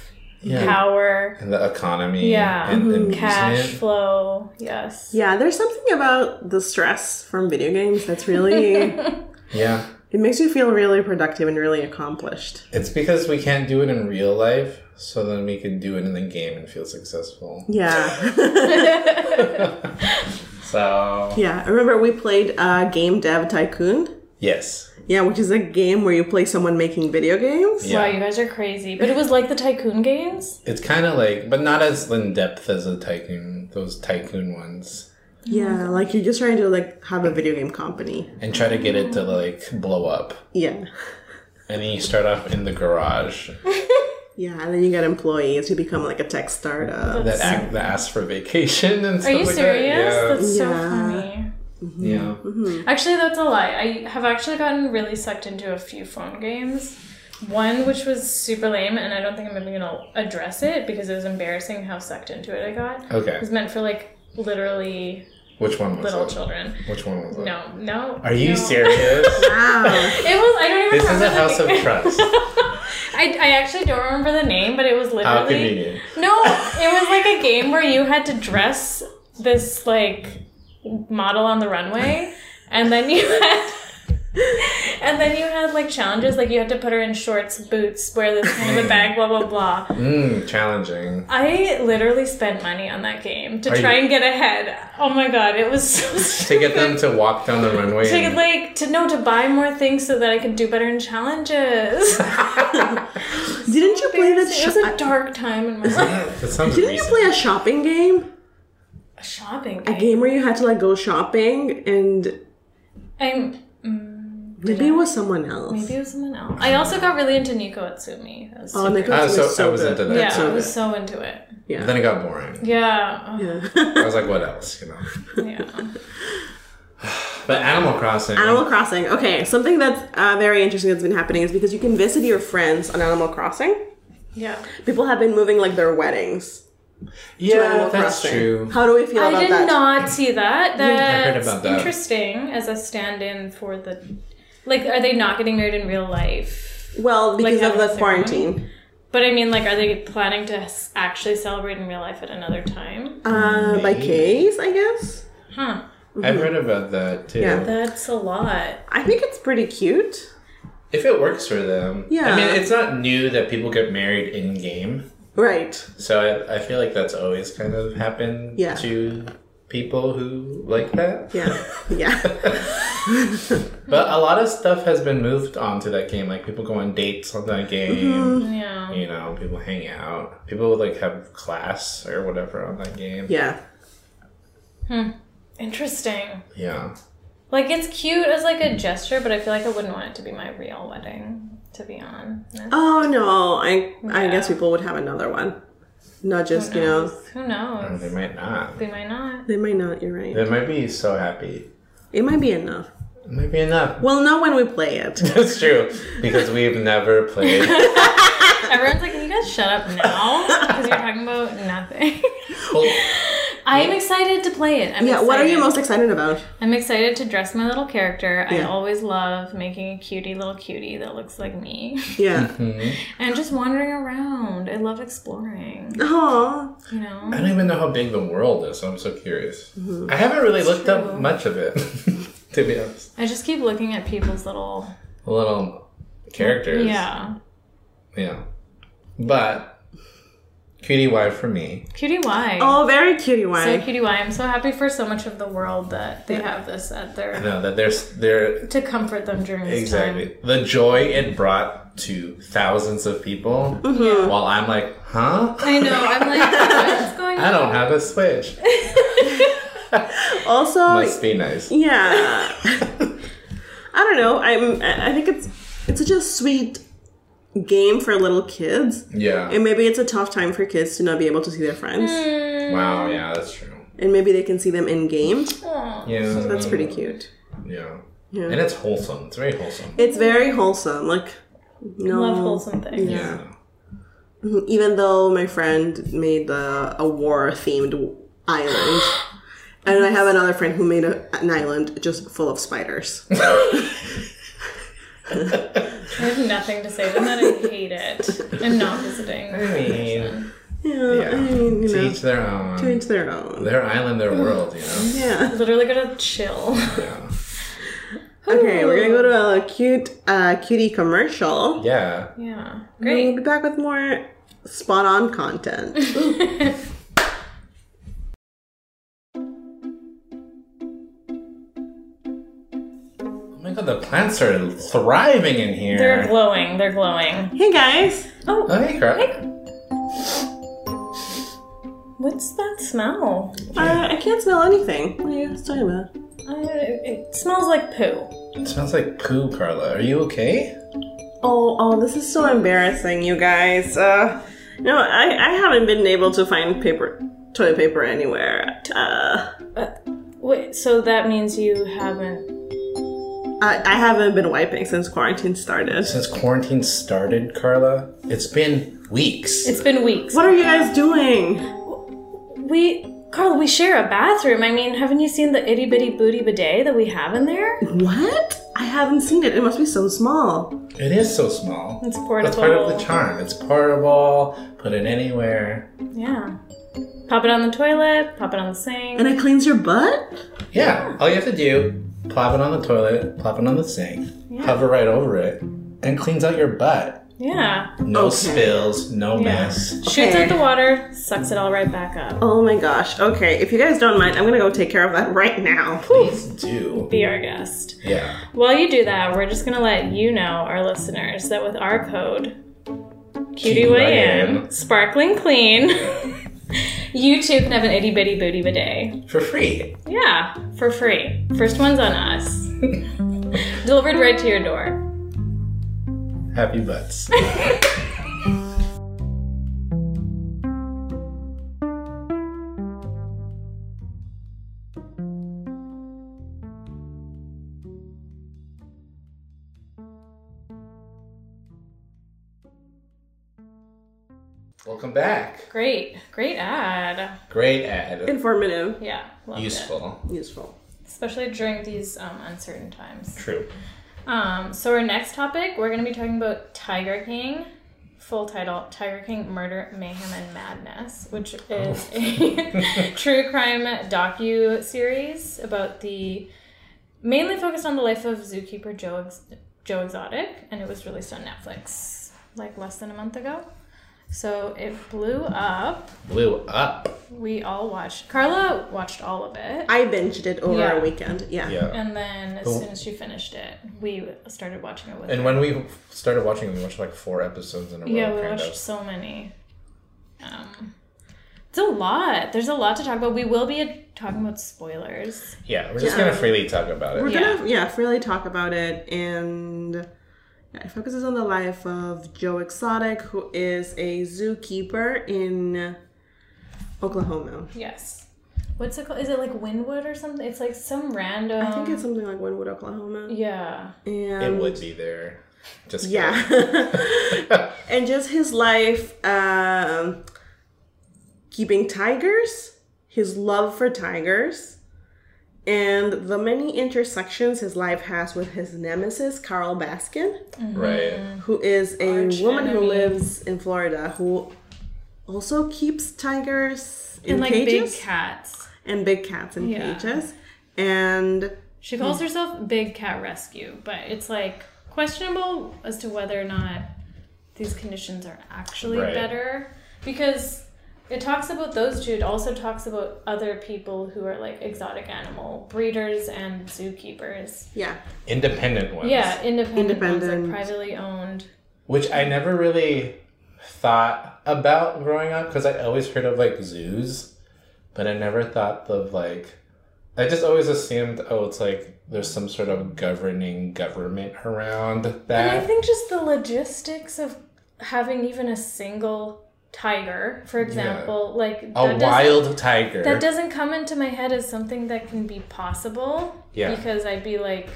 [SPEAKER 2] Yeah.
[SPEAKER 3] power,
[SPEAKER 2] and the economy.
[SPEAKER 3] Yeah. Mm-hmm.
[SPEAKER 2] And and
[SPEAKER 3] cash
[SPEAKER 2] amusement.
[SPEAKER 3] flow. Yes.
[SPEAKER 1] yeah. There's something about the stress from video games that's really it
[SPEAKER 2] Yeah.
[SPEAKER 1] makes you feel really productive and really accomplished.
[SPEAKER 2] It's because we can't do it in real life, so then we can do it in the game and feel successful.
[SPEAKER 1] Yeah,
[SPEAKER 2] So
[SPEAKER 1] yeah. I Remember we played uh, Game Dev Tycoon.
[SPEAKER 2] yes.
[SPEAKER 1] Yeah, which is a game where you play someone making video games.
[SPEAKER 2] Yeah.
[SPEAKER 3] Wow, you guys are crazy. But it was like the tycoon games.
[SPEAKER 2] It's kinda like but not as in depth as the tycoon those tycoon ones.
[SPEAKER 1] Yeah, like you're just trying to like have a video game company.
[SPEAKER 2] And try to get it to like blow up.
[SPEAKER 1] Yeah.
[SPEAKER 2] And then you start off in the garage
[SPEAKER 1] Yeah, and then you get employees who become like a tech startup.
[SPEAKER 2] that act that asks for vacation and
[SPEAKER 3] Are
[SPEAKER 2] stuff
[SPEAKER 3] you
[SPEAKER 2] like
[SPEAKER 3] serious?
[SPEAKER 2] that.
[SPEAKER 3] That's Mm-hmm. so
[SPEAKER 1] Yeah.
[SPEAKER 3] funny.
[SPEAKER 2] Yeah. yeah.
[SPEAKER 3] Actually, that's a lie. I have actually gotten really sucked into a few phone games. One which was super lame, and I don't think I'm even gonna address it because it was embarrassing how sucked into it I got. It
[SPEAKER 2] Okay.
[SPEAKER 3] was meant for like literally
[SPEAKER 2] Which one was
[SPEAKER 3] little
[SPEAKER 2] it?
[SPEAKER 3] children.
[SPEAKER 2] Which one was it?
[SPEAKER 3] No, no.
[SPEAKER 2] Are you
[SPEAKER 3] no.
[SPEAKER 2] serious?
[SPEAKER 1] Wow.
[SPEAKER 3] It was. I don't even
[SPEAKER 2] this is
[SPEAKER 3] remember.
[SPEAKER 2] a house
[SPEAKER 3] the
[SPEAKER 2] of
[SPEAKER 3] name.
[SPEAKER 2] trust.
[SPEAKER 3] I, I actually don't remember the name, but it was literally.
[SPEAKER 2] How convenient.
[SPEAKER 3] No, it was like a game where you had to dress this like model on the runway, and then you had And then you had like challenges, like you had to put her in shorts, boots, wear this kind of a bag, blah blah blah.
[SPEAKER 2] Mm, challenging.
[SPEAKER 3] I literally spent money on that game to
[SPEAKER 2] Are
[SPEAKER 3] try
[SPEAKER 2] you-
[SPEAKER 3] and get ahead. Oh my god, it was so
[SPEAKER 2] To
[SPEAKER 3] stupid.
[SPEAKER 2] get them to walk down the runway.
[SPEAKER 3] To
[SPEAKER 2] and-
[SPEAKER 3] get, like to know to buy more things so that I could do better in challenges.
[SPEAKER 1] Didn't you play the
[SPEAKER 3] it was a
[SPEAKER 1] shop?
[SPEAKER 3] dark time in my life.
[SPEAKER 2] that sounds
[SPEAKER 1] Didn't you
[SPEAKER 2] recent.
[SPEAKER 1] play a shopping game?
[SPEAKER 3] A shopping
[SPEAKER 1] A
[SPEAKER 3] game.
[SPEAKER 1] game where you had to like go shopping and
[SPEAKER 3] I'm
[SPEAKER 1] maybe it was someone else.
[SPEAKER 3] maybe it was someone else. I also got really into Nico Atsumi. That was
[SPEAKER 1] Oh, Nico
[SPEAKER 2] Ah,
[SPEAKER 1] was
[SPEAKER 2] so-
[SPEAKER 1] so,
[SPEAKER 2] I was
[SPEAKER 1] good.
[SPEAKER 2] into that.
[SPEAKER 3] yeah,
[SPEAKER 1] so
[SPEAKER 3] I was so into it.
[SPEAKER 1] Yeah.
[SPEAKER 2] Then it got boring.
[SPEAKER 3] Yeah. oh,
[SPEAKER 2] I was like, what else, you know?
[SPEAKER 3] yeah.
[SPEAKER 2] But Animal Crossing.
[SPEAKER 1] Animal Crossing. Okay, something that's uh, very interesting that's been happening is because you can visit your friends on Animal Crossing.
[SPEAKER 3] Yeah.
[SPEAKER 1] People have been moving like their weddings to
[SPEAKER 2] yeah,
[SPEAKER 1] Animal
[SPEAKER 2] that's
[SPEAKER 1] Crossing.
[SPEAKER 2] true.
[SPEAKER 1] How do we feel
[SPEAKER 3] I
[SPEAKER 1] about
[SPEAKER 3] did
[SPEAKER 1] that?
[SPEAKER 3] not see that.
[SPEAKER 2] I
[SPEAKER 3] That's
[SPEAKER 2] heard about that.
[SPEAKER 3] interesting as a stand-in for the. Like, are they not getting married in real life?
[SPEAKER 1] Well, because
[SPEAKER 3] Like,
[SPEAKER 1] of the
[SPEAKER 3] having a
[SPEAKER 1] quarantine.
[SPEAKER 3] But I mean, like, are they planning to s- actually celebrate in real life at another time?
[SPEAKER 1] Uh, by
[SPEAKER 2] Maybe.
[SPEAKER 1] case, I guess.
[SPEAKER 3] Huh.
[SPEAKER 2] I've heard about that too.
[SPEAKER 1] Mm-hmm. Yeah.
[SPEAKER 3] That's a lot.
[SPEAKER 1] I think it's pretty cute.
[SPEAKER 2] If it works for them.
[SPEAKER 1] Yeah.
[SPEAKER 2] I mean, it's not new that people get married in game.
[SPEAKER 1] Right.
[SPEAKER 2] So I, I feel like that's always kind of happened
[SPEAKER 1] Yeah.
[SPEAKER 2] to people who like that.
[SPEAKER 1] Yeah. Yeah.
[SPEAKER 2] But a lot of stuff has been moved onto that game. Like people go on dates on that game.
[SPEAKER 1] Mm-hmm.
[SPEAKER 3] Yeah.
[SPEAKER 2] You know, people hang out. People would like have class or whatever on that game.
[SPEAKER 1] yeah.
[SPEAKER 3] Interesting.
[SPEAKER 2] Yeah.
[SPEAKER 3] Like, it's cute as like a gesture, but I feel like I wouldn't want it to be my real wedding to be on.
[SPEAKER 1] Oh no. I I
[SPEAKER 3] Yeah.
[SPEAKER 1] guess people would have another one. Not just, you know,
[SPEAKER 3] Who knows?
[SPEAKER 2] Or they might not.
[SPEAKER 3] They might not.
[SPEAKER 1] they might not, you're right.
[SPEAKER 2] They might be so happy.
[SPEAKER 1] It might be enough.
[SPEAKER 2] It might be enough.
[SPEAKER 1] Well, not when we play it.
[SPEAKER 2] That's true. Because we've never played.
[SPEAKER 3] Everyone's like, "Can you guys shut up now?" Because you're talking about nothing.
[SPEAKER 2] Well,
[SPEAKER 3] I am excited to play it. I'm
[SPEAKER 1] Yeah, what are you
[SPEAKER 3] excited.
[SPEAKER 1] most excited about?
[SPEAKER 3] I'm excited to dress my little character. I
[SPEAKER 1] Yeah.
[SPEAKER 3] always love making a cutie little cutie that looks like me,
[SPEAKER 1] Yeah.
[SPEAKER 3] and just wandering around. I love exploring.
[SPEAKER 1] Aw.
[SPEAKER 3] You know.
[SPEAKER 2] I don't even know how big the world is, so I'm so curious. I haven't really looked up much of it, to be honest.
[SPEAKER 3] I just keep looking at people's little
[SPEAKER 2] Little characters.
[SPEAKER 3] yeah
[SPEAKER 2] Yeah. But cutie Y for me.
[SPEAKER 3] cutie y.
[SPEAKER 1] Oh, very cutie
[SPEAKER 3] So
[SPEAKER 1] wine.
[SPEAKER 3] cutie y. I'm so happy for so much of the world that they have this at their
[SPEAKER 2] No, that there's there
[SPEAKER 3] to comfort them during this time.
[SPEAKER 2] exactly the joy it brought to thousands of people.
[SPEAKER 1] Mm-hmm.
[SPEAKER 2] While I'm like, huh?
[SPEAKER 3] I know. I'm like, what's going on?
[SPEAKER 2] I don't have a switch.
[SPEAKER 1] also,
[SPEAKER 2] Must be nice.
[SPEAKER 1] yeah. I don't know. I'm. I I think it's it's such a sweet game for little kids,
[SPEAKER 2] Yeah.
[SPEAKER 1] and maybe it's a tough time for kids to not be able to see their friends,
[SPEAKER 2] Wow. Yeah, that's true.
[SPEAKER 1] and maybe they can see them in game.
[SPEAKER 3] Aw.
[SPEAKER 2] Yeah.
[SPEAKER 1] That's pretty cute.
[SPEAKER 2] Yeah.
[SPEAKER 1] Yeah.
[SPEAKER 2] And it's wholesome. It's very wholesome.
[SPEAKER 1] It's very wholesome. Like, no,
[SPEAKER 3] Love wholesome things.
[SPEAKER 1] Yeah. even though my friend made the, a war themed island. And I have another friend who made a, an island just full of spiders.
[SPEAKER 3] I have nothing to say to that. I hate it. I'm not visiting.
[SPEAKER 2] I mean,
[SPEAKER 1] Yeah,
[SPEAKER 2] yeah.
[SPEAKER 1] I mean, you
[SPEAKER 2] to
[SPEAKER 1] know,
[SPEAKER 2] each their own.
[SPEAKER 1] to each Mm-hmm. their own.
[SPEAKER 2] their island, their world, you know?
[SPEAKER 1] Yeah.
[SPEAKER 3] Literally gonna chill.
[SPEAKER 2] Yeah.
[SPEAKER 1] Okay, we're gonna go to a cute, uh, cutie commercial.
[SPEAKER 2] Yeah.
[SPEAKER 3] Yeah.
[SPEAKER 1] And
[SPEAKER 3] Great.
[SPEAKER 1] We'll be back with more spot on content.
[SPEAKER 2] Oh my god, the plants are thriving in here.
[SPEAKER 3] They're glowing. They're glowing.
[SPEAKER 1] hey guys,
[SPEAKER 3] Oh,
[SPEAKER 2] oh, hey, Carl.
[SPEAKER 3] what's that smell?
[SPEAKER 1] uh, I can't smell anything. What are you guys talking about?
[SPEAKER 3] I, it smells like poo.
[SPEAKER 2] It smells like poo, Carla. Are you okay?
[SPEAKER 1] Oh, oh, this is so embarrassing, you guys. Uh, no, I, I haven't been able to find paper, toilet paper anywhere. Uh,
[SPEAKER 3] Wait, so that means you haven't.
[SPEAKER 1] I, I haven't been wiping since quarantine started.
[SPEAKER 2] Since quarantine started, Carla, it's been weeks.
[SPEAKER 3] It's been weeks.
[SPEAKER 1] What are you guys doing?
[SPEAKER 3] We. Carla, we share a bathroom. I mean, haven't you seen the itty bitty booty bidet that we have in there?
[SPEAKER 1] What? I haven't seen it. It must be so small.
[SPEAKER 2] It is so small.
[SPEAKER 3] It's
[SPEAKER 2] That's
[SPEAKER 3] portable.
[SPEAKER 2] part of the charm. It's portable, put it anywhere.
[SPEAKER 3] Yeah. Pop it on the toilet, pop it on the sink.
[SPEAKER 1] And it cleans your butt?
[SPEAKER 2] Yeah, all you have to do plop it on the toilet, plop it on the sink,
[SPEAKER 3] Yeah.
[SPEAKER 2] hover right over it, and cleans out your butt.
[SPEAKER 3] Yeah.
[SPEAKER 2] No
[SPEAKER 1] Okay.
[SPEAKER 2] spills, no mess.
[SPEAKER 3] Shoots
[SPEAKER 1] Okay.
[SPEAKER 3] out the water, sucks it all right back up.
[SPEAKER 1] Oh my gosh. Okay, if you guys don't mind, I'm gonna go take care of that right now.
[SPEAKER 2] Please do.
[SPEAKER 3] Be our guest.
[SPEAKER 2] Yeah.
[SPEAKER 3] While you do that, we're just gonna let you know, our listeners, that with our code QDYN,
[SPEAKER 2] QDYN.
[SPEAKER 3] sparkling clean, you too can have an itty bitty booty bidet.
[SPEAKER 2] For free.
[SPEAKER 3] Yeah, for free. First one's on us. Delivered right to your door.
[SPEAKER 2] Happy butts. Welcome back.
[SPEAKER 3] Great, great ad.
[SPEAKER 2] Great ad.
[SPEAKER 1] Informative,
[SPEAKER 3] Yeah, loved It.
[SPEAKER 2] Useful.
[SPEAKER 1] useful.
[SPEAKER 3] Especially during these um, uncertain times.
[SPEAKER 2] True.
[SPEAKER 3] Um, so our next topic, we're going to be talking about Tiger King. Full title: Tiger King: Murder, Mayhem, and Madness, which is a true crime docu series about the mainly focused on the life of zookeeper Joe Ex- Joe Exotic, and it was released on Netflix like less than a month ago. So it blew up.
[SPEAKER 2] Blew up.
[SPEAKER 3] We all watched. Carla watched all of it,
[SPEAKER 1] I binged it over
[SPEAKER 3] Yeah.
[SPEAKER 1] a weekend. Yeah.
[SPEAKER 2] Yeah.
[SPEAKER 3] and then as soon as she finished it, we started watching it with.
[SPEAKER 2] And when we started watching, we watched like four episodes in a row.
[SPEAKER 3] Yeah, we
[SPEAKER 2] kind
[SPEAKER 3] watched
[SPEAKER 2] of.
[SPEAKER 3] so many. Um, it's a lot. There's a lot to talk about. We will be talking about spoilers.
[SPEAKER 2] Yeah, we're just
[SPEAKER 1] Yeah.
[SPEAKER 2] gonna freely talk about it.
[SPEAKER 1] We're
[SPEAKER 3] Yeah.
[SPEAKER 1] gonna yeah freely talk about it, and yeah, it focuses on the life of Joe Exotic, who is a zookeeper in Oklahoma.
[SPEAKER 3] Yes. What's it called? Is it like Windwood or something? It's like some random.
[SPEAKER 1] I think it's something like Winwood, Oklahoma.
[SPEAKER 3] Um, Yeah.
[SPEAKER 1] And
[SPEAKER 2] It would be there. Just kidding.
[SPEAKER 1] Yeah. and just his life um, keeping tigers, his love for tigers, and the many intersections his life has with his nemesis, Carl Baskin,
[SPEAKER 2] right.
[SPEAKER 1] who is a
[SPEAKER 3] Arch
[SPEAKER 1] woman who
[SPEAKER 3] enemy.
[SPEAKER 1] lives in Florida who also keeps tigers in
[SPEAKER 3] And like
[SPEAKER 1] cages
[SPEAKER 3] big cats.
[SPEAKER 1] and big cats in
[SPEAKER 3] Yeah.
[SPEAKER 1] cages. And
[SPEAKER 2] Hmm.
[SPEAKER 3] She calls herself Big Cat Rescue, but it's like questionable as to whether or not these conditions are actually
[SPEAKER 2] Right.
[SPEAKER 3] better because it talks about those two. It also talks about other people who are like exotic animal breeders and zookeepers.
[SPEAKER 1] yeah,
[SPEAKER 2] Independent ones.
[SPEAKER 3] Yeah, independent, ones,
[SPEAKER 1] Independent.
[SPEAKER 3] like privately owned.
[SPEAKER 2] Which I never really thought about growing up because I always heard of like zoos, but I never thought of like. I just always assumed, oh, it's like there's some sort of governing government around
[SPEAKER 3] And I
[SPEAKER 2] that.
[SPEAKER 3] think just the logistics of having even a single tiger, for example, like that
[SPEAKER 2] A
[SPEAKER 3] doesn't-
[SPEAKER 2] wild tiger.
[SPEAKER 3] That doesn't come into my head as something that can be possible.
[SPEAKER 2] Yeah.
[SPEAKER 3] Because I'd be like,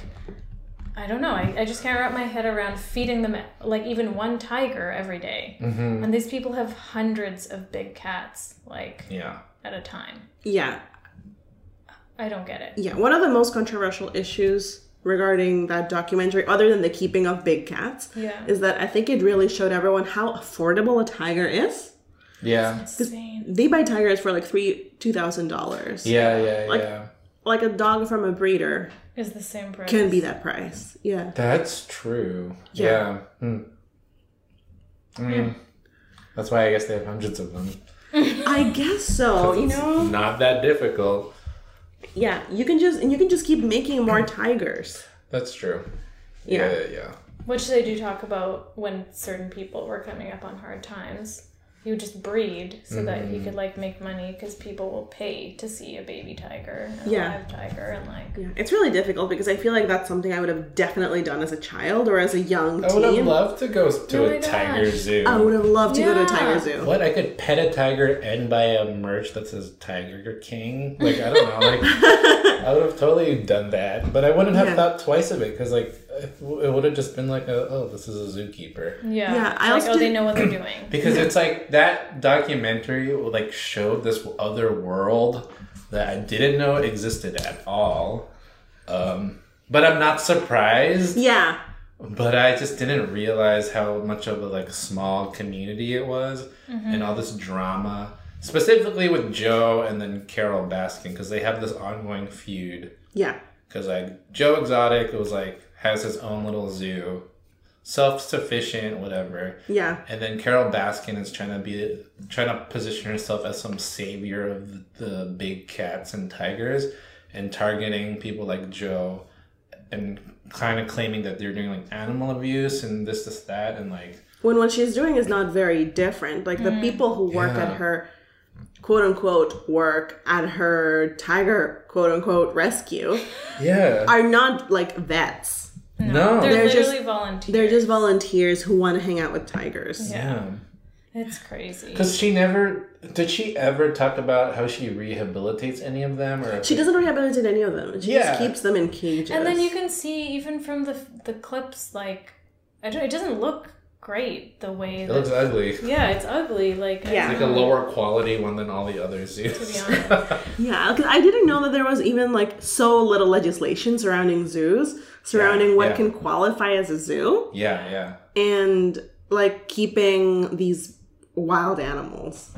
[SPEAKER 3] I don't know. I, I just can't wrap my head around feeding them like even one tiger every day. And these people have hundreds of big cats like
[SPEAKER 2] yeah.
[SPEAKER 3] at a time.
[SPEAKER 1] yeah.
[SPEAKER 3] I don't get it.
[SPEAKER 1] Yeah, one of the most controversial issues regarding that documentary, other than the keeping of big cats,
[SPEAKER 3] Yeah.
[SPEAKER 1] is that I think it really showed everyone how affordable a tiger is.
[SPEAKER 2] Yeah.
[SPEAKER 3] Insane.
[SPEAKER 1] They buy tigers for like three two thousand dollars.
[SPEAKER 2] Yeah, yeah,
[SPEAKER 1] Like-
[SPEAKER 2] yeah.
[SPEAKER 1] Like a dog from a breeder
[SPEAKER 3] Is the same price.
[SPEAKER 1] can be that price. Yeah.
[SPEAKER 2] That's true.
[SPEAKER 1] Yeah.
[SPEAKER 2] Yeah. Hmm. I mean, that's why I guess they have hundreds of them.
[SPEAKER 1] I guess so. You know?
[SPEAKER 2] Not that difficult.
[SPEAKER 1] Yeah. You can just and you can just keep making more tigers.
[SPEAKER 2] That's true.
[SPEAKER 1] Yeah.
[SPEAKER 2] Yeah, yeah, yeah.
[SPEAKER 3] Which they do talk about when certain people were coming up on hard times. You would just breed so that you could like make money because people will pay to see a baby tiger, and a
[SPEAKER 1] Yeah.
[SPEAKER 3] live tiger, and like
[SPEAKER 1] Yeah. It's really difficult because I feel like that's something I would have definitely done as a child or as a young
[SPEAKER 2] I would have
[SPEAKER 1] teen.
[SPEAKER 2] loved to go
[SPEAKER 3] Oh
[SPEAKER 2] to
[SPEAKER 3] my
[SPEAKER 2] a tiger
[SPEAKER 3] gosh.
[SPEAKER 2] zoo.
[SPEAKER 1] I would have loved to go to a tiger
[SPEAKER 3] Yeah.
[SPEAKER 1] zoo.
[SPEAKER 2] What? I could pet a tiger and buy a merch that says Tiger King? Like, I don't know. Like, I would have totally done that. But I wouldn't have
[SPEAKER 1] Yeah.
[SPEAKER 2] thought twice of it because, like, it w- it would have just been like, a, oh, this is a zookeeper.
[SPEAKER 3] Yeah.
[SPEAKER 1] Yeah, I
[SPEAKER 3] like,
[SPEAKER 1] also
[SPEAKER 3] oh, they
[SPEAKER 1] did-
[SPEAKER 3] know what they're doing.
[SPEAKER 2] because it's like that documentary like showed this other world that I didn't know existed at all. Um, but I'm not surprised.
[SPEAKER 1] Yeah.
[SPEAKER 2] But I just didn't realize how much of a like small community it was, and all this drama, specifically with Joe and then Carol Baskin, because they have this ongoing feud
[SPEAKER 1] Yeah.
[SPEAKER 2] Because like Joe Exotic was like has his own little zoo, self sufficient, whatever.
[SPEAKER 1] Yeah.
[SPEAKER 2] And then Carol Baskin is trying to be trying to position herself as some savior of the big cats and tigers, and targeting people like Joe, and kind of claiming that they're doing like animal abuse and this, this, that, and like
[SPEAKER 1] When what she's doing is not very different. Like
[SPEAKER 3] Mm.
[SPEAKER 1] the people who work
[SPEAKER 2] Yeah.
[SPEAKER 1] at her quote unquote work at her tiger quote unquote rescue
[SPEAKER 2] yeah,
[SPEAKER 1] are not like vets.
[SPEAKER 2] no,
[SPEAKER 3] They're,
[SPEAKER 1] Oh. They're just-
[SPEAKER 3] literally volunteers.
[SPEAKER 1] They're just volunteers who want to hang out with tigers.
[SPEAKER 2] yeah.
[SPEAKER 3] It's crazy.
[SPEAKER 2] Because she never did she ever talk about how she rehabilitates any of them or if
[SPEAKER 1] She doesn't rehabilitate any of them. She
[SPEAKER 2] Yeah.
[SPEAKER 1] just keeps them in cages.
[SPEAKER 3] And then you can see even from the the clips, like I don't, it doesn't look great the way
[SPEAKER 2] it looks
[SPEAKER 3] that.
[SPEAKER 2] ugly.
[SPEAKER 3] Yeah, it's ugly. Like I
[SPEAKER 1] Yeah.
[SPEAKER 3] don't
[SPEAKER 2] Like a
[SPEAKER 3] know.
[SPEAKER 2] lower quality one than all the others. To
[SPEAKER 3] be honest.
[SPEAKER 1] Yeah, because I didn't know that there was even like so little legislation surrounding zoos, surrounding what
[SPEAKER 2] yeah.
[SPEAKER 1] can qualify as a zoo,
[SPEAKER 2] yeah, yeah.
[SPEAKER 1] and like keeping these wild animals.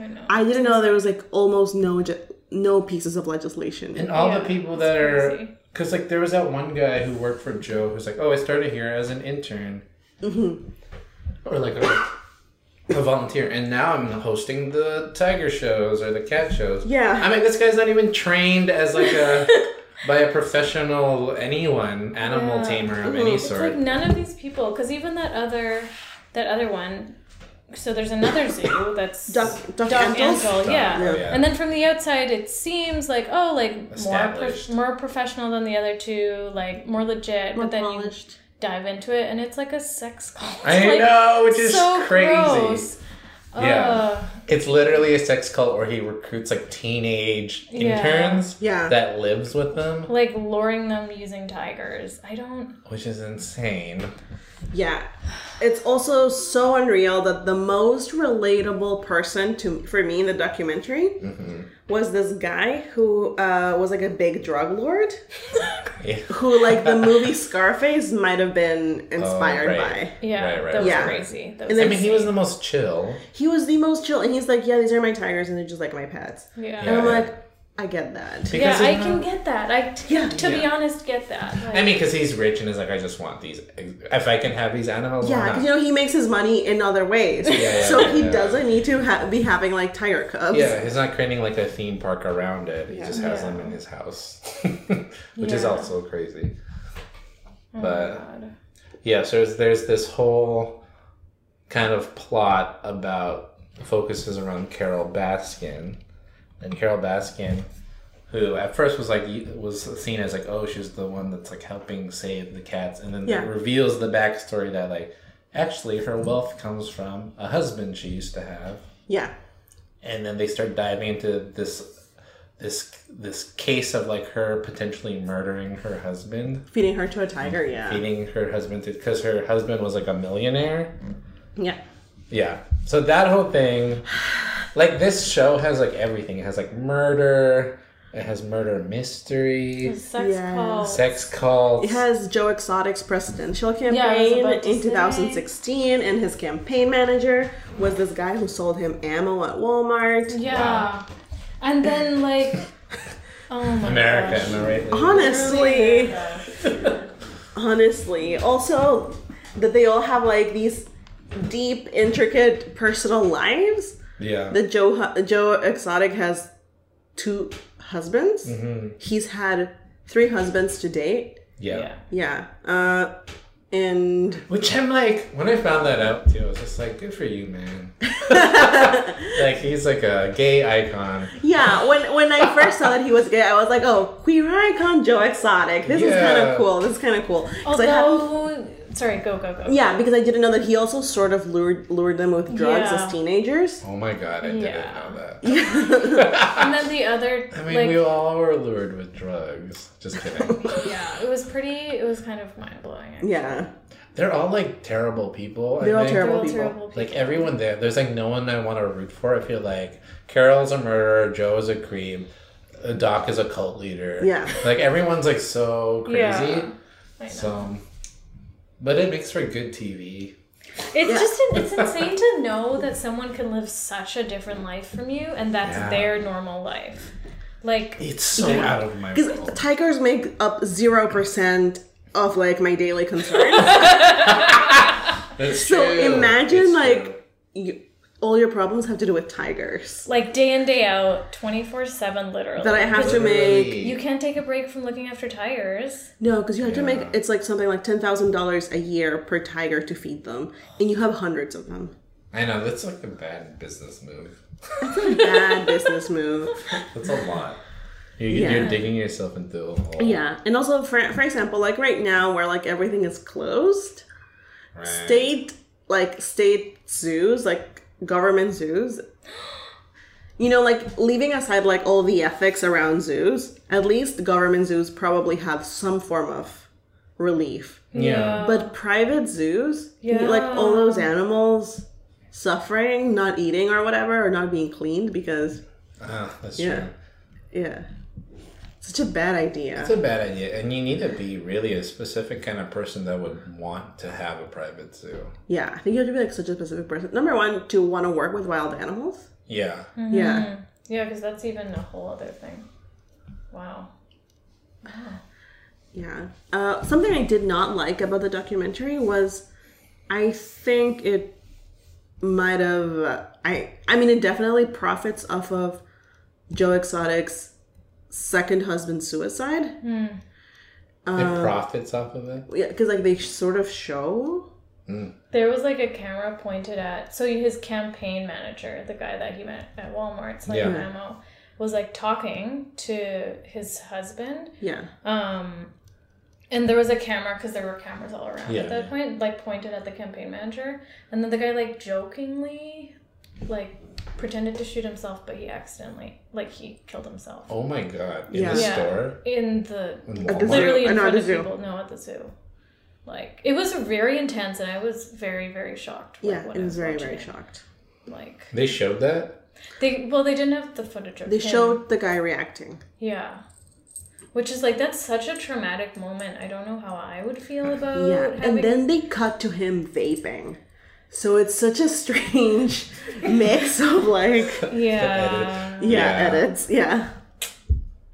[SPEAKER 3] I know.
[SPEAKER 1] I didn't know there was like almost no ge- no pieces of legislation.
[SPEAKER 2] And all
[SPEAKER 3] Yeah,
[SPEAKER 2] the people
[SPEAKER 3] it's
[SPEAKER 2] that are
[SPEAKER 3] crazy.
[SPEAKER 2] because like there was that one guy who worked for Joe who's like, oh, I started here as an intern, mm-hmm. or like a, a volunteer, and now I'm hosting the tiger shows or the cat shows.
[SPEAKER 1] Yeah.
[SPEAKER 2] I mean, this guy's not even trained as like a by a professional anyone animal
[SPEAKER 3] Yeah. Mm-hmm.
[SPEAKER 2] tamer of any
[SPEAKER 3] It's
[SPEAKER 2] sort.
[SPEAKER 3] like none of these people, because even that other, that other one. So there's another zoo that's
[SPEAKER 1] Duck- Duck Antlers?
[SPEAKER 3] Antle, yeah.
[SPEAKER 1] yeah.
[SPEAKER 2] Oh, Yeah.
[SPEAKER 3] And then from the outside, it seems like oh, like more
[SPEAKER 2] Established.
[SPEAKER 3] pro- more professional than the other two, like more legit. but then you dive into it, and it's like a sex cult.
[SPEAKER 2] I
[SPEAKER 3] Like,
[SPEAKER 2] know, which is crazy.
[SPEAKER 3] Gross.
[SPEAKER 2] Yeah.
[SPEAKER 3] Ugh.
[SPEAKER 2] It's literally a sex cult where he recruits like teenage
[SPEAKER 3] Yeah.
[SPEAKER 2] interns
[SPEAKER 1] Yeah.
[SPEAKER 2] that lives with them,
[SPEAKER 3] like luring them using tigers. I don't.
[SPEAKER 2] which is insane.
[SPEAKER 1] Yeah. It's also so unreal that the most relatable person to for me in the documentary
[SPEAKER 2] Mm-hmm.
[SPEAKER 1] was this guy who uh, was like a big drug lord,
[SPEAKER 2] Yeah.
[SPEAKER 1] who like the movie Scarface might have been inspired
[SPEAKER 2] Oh, right.
[SPEAKER 1] by.
[SPEAKER 3] Yeah,
[SPEAKER 2] Right, right,
[SPEAKER 3] that was
[SPEAKER 1] right.
[SPEAKER 3] crazy. That was
[SPEAKER 1] And
[SPEAKER 2] I
[SPEAKER 1] then-
[SPEAKER 2] mean, he was the most chill.
[SPEAKER 1] He was the most chill, and he's like, "Yeah, these are my tigers, and they're just like my pets."
[SPEAKER 3] yeah.
[SPEAKER 1] And I'm
[SPEAKER 2] Yeah.
[SPEAKER 1] like, "I get that."
[SPEAKER 3] Yeah,
[SPEAKER 2] Because
[SPEAKER 3] I
[SPEAKER 2] he-
[SPEAKER 3] can get that. I t-
[SPEAKER 1] Yeah.
[SPEAKER 3] to be
[SPEAKER 2] Yeah.
[SPEAKER 3] honest, get that. Like,
[SPEAKER 2] I mean, because he's rich and is like, I just want these. If I can have these animals,
[SPEAKER 1] Yeah,
[SPEAKER 2] why
[SPEAKER 1] because
[SPEAKER 2] not?
[SPEAKER 1] you know he makes his money in other ways,
[SPEAKER 2] yeah,
[SPEAKER 1] so he
[SPEAKER 2] yeah.
[SPEAKER 1] doesn't need to ha- be having like tiger cubs.
[SPEAKER 2] yeah, he's not creating like a theme park around it. He just has
[SPEAKER 3] Yeah.
[SPEAKER 2] them in his house, which is
[SPEAKER 3] Yeah.
[SPEAKER 2] also crazy. But
[SPEAKER 3] God.
[SPEAKER 2] Yeah, so there's, there's this whole kind of plot about focuses around Carol Baskin, and Carol Baskin, who at first was like was seen as like oh she's the one that's like helping save the cats, and then
[SPEAKER 1] Yeah.
[SPEAKER 2] it reveals the backstory that like actually her wealth comes from a husband she used to have,
[SPEAKER 1] yeah,
[SPEAKER 2] and then they start diving into this this this case of like her potentially murdering her husband
[SPEAKER 1] feeding her to a tiger. Yeah,
[SPEAKER 2] beating her husband because her husband was like a millionaire.
[SPEAKER 1] yeah.
[SPEAKER 2] Yeah. So that whole thing, like this show has like everything. It has like murder. It has murder mystery,
[SPEAKER 3] sex
[SPEAKER 1] Yeah.
[SPEAKER 3] call.
[SPEAKER 2] sex cults.
[SPEAKER 1] It has Joe Exotic's presidential campaign
[SPEAKER 3] about to
[SPEAKER 1] in 2016, and his campaign manager was this guy who sold him ammo at Walmart.
[SPEAKER 3] yeah, and then like, oh my
[SPEAKER 2] America, am I right? lady?
[SPEAKER 1] Honestly,
[SPEAKER 3] gosh.
[SPEAKER 1] honestly. Also, that they all have like these deep, intricate personal lives.
[SPEAKER 2] Yeah.
[SPEAKER 1] That Joe hu- Joe Exotic has two husbands. He's had three husbands to date.
[SPEAKER 2] yeah.
[SPEAKER 3] Yeah.
[SPEAKER 1] Yeah. Uh, and
[SPEAKER 2] Which I'm like, when I found that out too, I was just like, good for you, man. like he's like a gay icon.
[SPEAKER 1] Yeah, when when I first saw that he was gay, I was like, oh, queer icon Joe Exotic. This is kind
[SPEAKER 2] Yeah.
[SPEAKER 1] of cool. This is kind of cool. 'Cause I had-
[SPEAKER 3] Although, sorry, go go go.
[SPEAKER 1] yeah, because I didn't know that he also sort of lured lured them with drugs
[SPEAKER 3] Yeah.
[SPEAKER 1] as teenagers.
[SPEAKER 2] Oh my god, I
[SPEAKER 3] Yeah.
[SPEAKER 2] didn't know that.
[SPEAKER 3] And then the other,
[SPEAKER 2] I mean,
[SPEAKER 3] like,
[SPEAKER 2] we all were lured with drugs. Just kidding.
[SPEAKER 3] yeah, it was pretty. It was kind of mind blowing.
[SPEAKER 1] Yeah,
[SPEAKER 2] They're all like terrible people. I
[SPEAKER 1] They're all
[SPEAKER 2] think.
[SPEAKER 1] terrible. people.
[SPEAKER 3] Terrible people.
[SPEAKER 2] Like everyone there, there's like no one I want to root for. I feel like Carol's a murderer, Joe is a creep, uh, Doc is a cult leader.
[SPEAKER 1] Yeah.
[SPEAKER 2] like everyone's like so crazy.
[SPEAKER 3] Yeah, I know.
[SPEAKER 2] So, but it makes for good TV.
[SPEAKER 3] It's just in, it's insane to know that someone can live such a different life from you, and that's
[SPEAKER 2] Yeah.
[SPEAKER 3] their normal life. Like,
[SPEAKER 2] It's so
[SPEAKER 1] Yeah.
[SPEAKER 2] out of my
[SPEAKER 1] Because
[SPEAKER 2] world.
[SPEAKER 1] tigers make up 0% of like my daily concerns.
[SPEAKER 2] That's
[SPEAKER 1] so
[SPEAKER 2] true.
[SPEAKER 1] imagine,
[SPEAKER 2] It's
[SPEAKER 1] like-
[SPEAKER 2] true.
[SPEAKER 1] you, all your problems have to do with tigers.
[SPEAKER 3] like day in day out, twenty four seven, literally.
[SPEAKER 1] That I have to
[SPEAKER 2] Literally.
[SPEAKER 1] make.
[SPEAKER 3] You can't take a break from looking after tires.
[SPEAKER 1] No, because you have to make.
[SPEAKER 2] Yeah.
[SPEAKER 1] It's like something like $10,000 a year per tiger to feed them. And you have hundreds of them.
[SPEAKER 2] I know that's like a bad business move.
[SPEAKER 1] Bad business move.
[SPEAKER 2] That's a lot. You're,
[SPEAKER 1] Yeah.
[SPEAKER 2] you're digging yourself into a hole.
[SPEAKER 1] Yeah. And also, for, for example, like right now where like everything is closed,
[SPEAKER 2] Right.
[SPEAKER 1] state like state zoos like government zoos you know like leaving aside like all the ethics around zoos at least government zoos probably have some form of relief
[SPEAKER 2] Yeah.
[SPEAKER 1] but private zoos
[SPEAKER 3] Yeah.
[SPEAKER 1] like all those animals suffering not eating or whatever or not being cleaned because
[SPEAKER 2] Ah, that's
[SPEAKER 1] Yeah.
[SPEAKER 2] true.
[SPEAKER 1] yeah such a bad idea
[SPEAKER 2] That's a bad idea, and you need to be really a specific kind of person that would want to have a private zoo.
[SPEAKER 1] yeah i think you have to be like such a specific person number one to want to work with wild animals
[SPEAKER 2] Yeah,
[SPEAKER 1] yeah
[SPEAKER 3] Yeah, because that's even a whole other thing. Wow.
[SPEAKER 1] Yeah. Uh, something I did not like about the documentary was I think it might have uh, I I mean it definitely profits off of Joe Exotic's second husband's suicide. Uh,
[SPEAKER 2] it profits off of it.
[SPEAKER 1] Yeah, cuz like they sort of show
[SPEAKER 3] There was like a camera pointed at so his campaign manager, the guy that he met at Walmart's like
[SPEAKER 2] Yeah.
[SPEAKER 3] memo, was like talking to his husband.
[SPEAKER 1] yeah.
[SPEAKER 3] Um and there was a camera because there were cameras all around
[SPEAKER 2] Yeah.
[SPEAKER 3] at that point, like pointed at the campaign manager. And then the guy like jokingly like pretended to shoot himself, but he accidentally like he killed himself.
[SPEAKER 2] Oh my god! In
[SPEAKER 1] Yeah.
[SPEAKER 2] the
[SPEAKER 3] Yeah.
[SPEAKER 2] store,
[SPEAKER 3] In the
[SPEAKER 2] in
[SPEAKER 1] At the
[SPEAKER 2] Walmart?
[SPEAKER 1] zoo.
[SPEAKER 3] literally in
[SPEAKER 1] And
[SPEAKER 3] front
[SPEAKER 1] at
[SPEAKER 3] of
[SPEAKER 1] the zoo.
[SPEAKER 3] people. No, at the zoo. Like it was very intense, and I was very very shocked. like,
[SPEAKER 1] Yeah,
[SPEAKER 3] when
[SPEAKER 1] it
[SPEAKER 3] I
[SPEAKER 1] was very
[SPEAKER 3] watching
[SPEAKER 1] very
[SPEAKER 3] it.
[SPEAKER 1] shocked.
[SPEAKER 3] Like
[SPEAKER 2] they showed that.
[SPEAKER 3] they well, they didn't have the footage of
[SPEAKER 1] They
[SPEAKER 3] him.
[SPEAKER 1] showed the guy reacting.
[SPEAKER 3] yeah, which is like that's such a traumatic moment. I don't know how I would feel about
[SPEAKER 1] Uh, Yeah.
[SPEAKER 3] having-
[SPEAKER 1] And then they cut to him vaping. So it's such a strange mix of like
[SPEAKER 3] yeah
[SPEAKER 1] yeah,
[SPEAKER 2] Yeah.
[SPEAKER 1] edits. Yeah.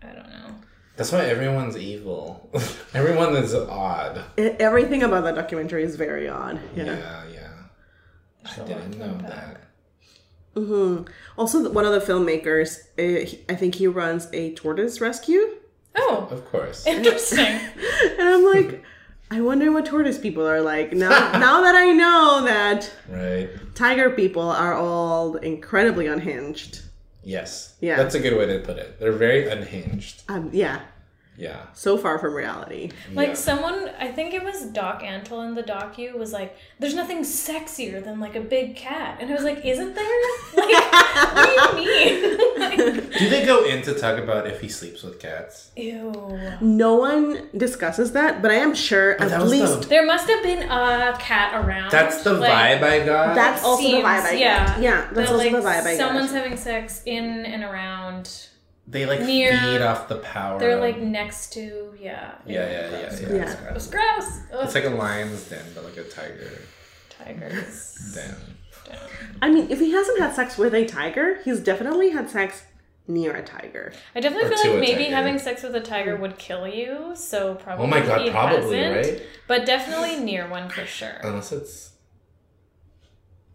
[SPEAKER 3] I don't know.
[SPEAKER 2] That's why everyone's evil. Everyone is odd.
[SPEAKER 1] E- Everything about that documentary is very odd. Yeah.
[SPEAKER 2] Yeah, yeah. I didn't know that.
[SPEAKER 1] Also, th- one of the filmmakers, uh, he- I think he runs a tortoise rescue,
[SPEAKER 3] Oh,
[SPEAKER 2] Of course.
[SPEAKER 3] interesting.
[SPEAKER 1] and I'm like, I wonder what tortoise people are like now. now that I know that
[SPEAKER 2] right.
[SPEAKER 1] tiger people are all incredibly unhinged.
[SPEAKER 2] Yes.
[SPEAKER 1] Yeah.
[SPEAKER 2] That's a good way to put it. They're very unhinged.
[SPEAKER 1] Um, yeah,
[SPEAKER 2] Yeah.
[SPEAKER 1] so far from reality.
[SPEAKER 3] Like
[SPEAKER 2] yeah.
[SPEAKER 3] someone, I think it was Doc Antle in the docu was like, "There's nothing sexier than like a big cat," and I was like, "Isn't there? Like, what do you mean? like,
[SPEAKER 2] Do they go in to talk about if he sleeps with cats?
[SPEAKER 3] ew."
[SPEAKER 1] No one discusses that, but I am sure
[SPEAKER 2] that
[SPEAKER 1] at
[SPEAKER 2] was the-
[SPEAKER 1] least
[SPEAKER 3] There must have been a cat around.
[SPEAKER 2] That's the
[SPEAKER 3] like,
[SPEAKER 2] vibe I got.
[SPEAKER 1] that's also the
[SPEAKER 3] seems-
[SPEAKER 1] vibe I
[SPEAKER 3] yeah.
[SPEAKER 1] get. Yeah, that's
[SPEAKER 3] that,
[SPEAKER 1] also
[SPEAKER 3] like,
[SPEAKER 1] the vibe I
[SPEAKER 3] Someone's
[SPEAKER 1] get.
[SPEAKER 3] having sex in and around.
[SPEAKER 2] they like
[SPEAKER 3] near-
[SPEAKER 2] feed off the power.
[SPEAKER 3] They're
[SPEAKER 2] of-
[SPEAKER 3] like next to yeah.
[SPEAKER 2] yeah, yeah, yeah, yeah.
[SPEAKER 1] Yeah.
[SPEAKER 2] It's, gross.
[SPEAKER 3] It's gross. Ugh,
[SPEAKER 2] It's like a lion's den, but like a tiger
[SPEAKER 3] tigers.
[SPEAKER 2] den.
[SPEAKER 1] I mean, if he hasn't had sex with a tiger, he's definitely had sex near a tiger.
[SPEAKER 3] I
[SPEAKER 2] Or
[SPEAKER 3] definitely feel
[SPEAKER 2] to
[SPEAKER 3] like
[SPEAKER 2] a
[SPEAKER 3] maybe
[SPEAKER 2] tiger.
[SPEAKER 3] having sex with a tiger would kill you. So probably.
[SPEAKER 2] Oh my god,
[SPEAKER 3] he
[SPEAKER 2] probably
[SPEAKER 3] hasn't.
[SPEAKER 2] right. Oh,
[SPEAKER 3] But definitely near one for sure.
[SPEAKER 2] Unless it's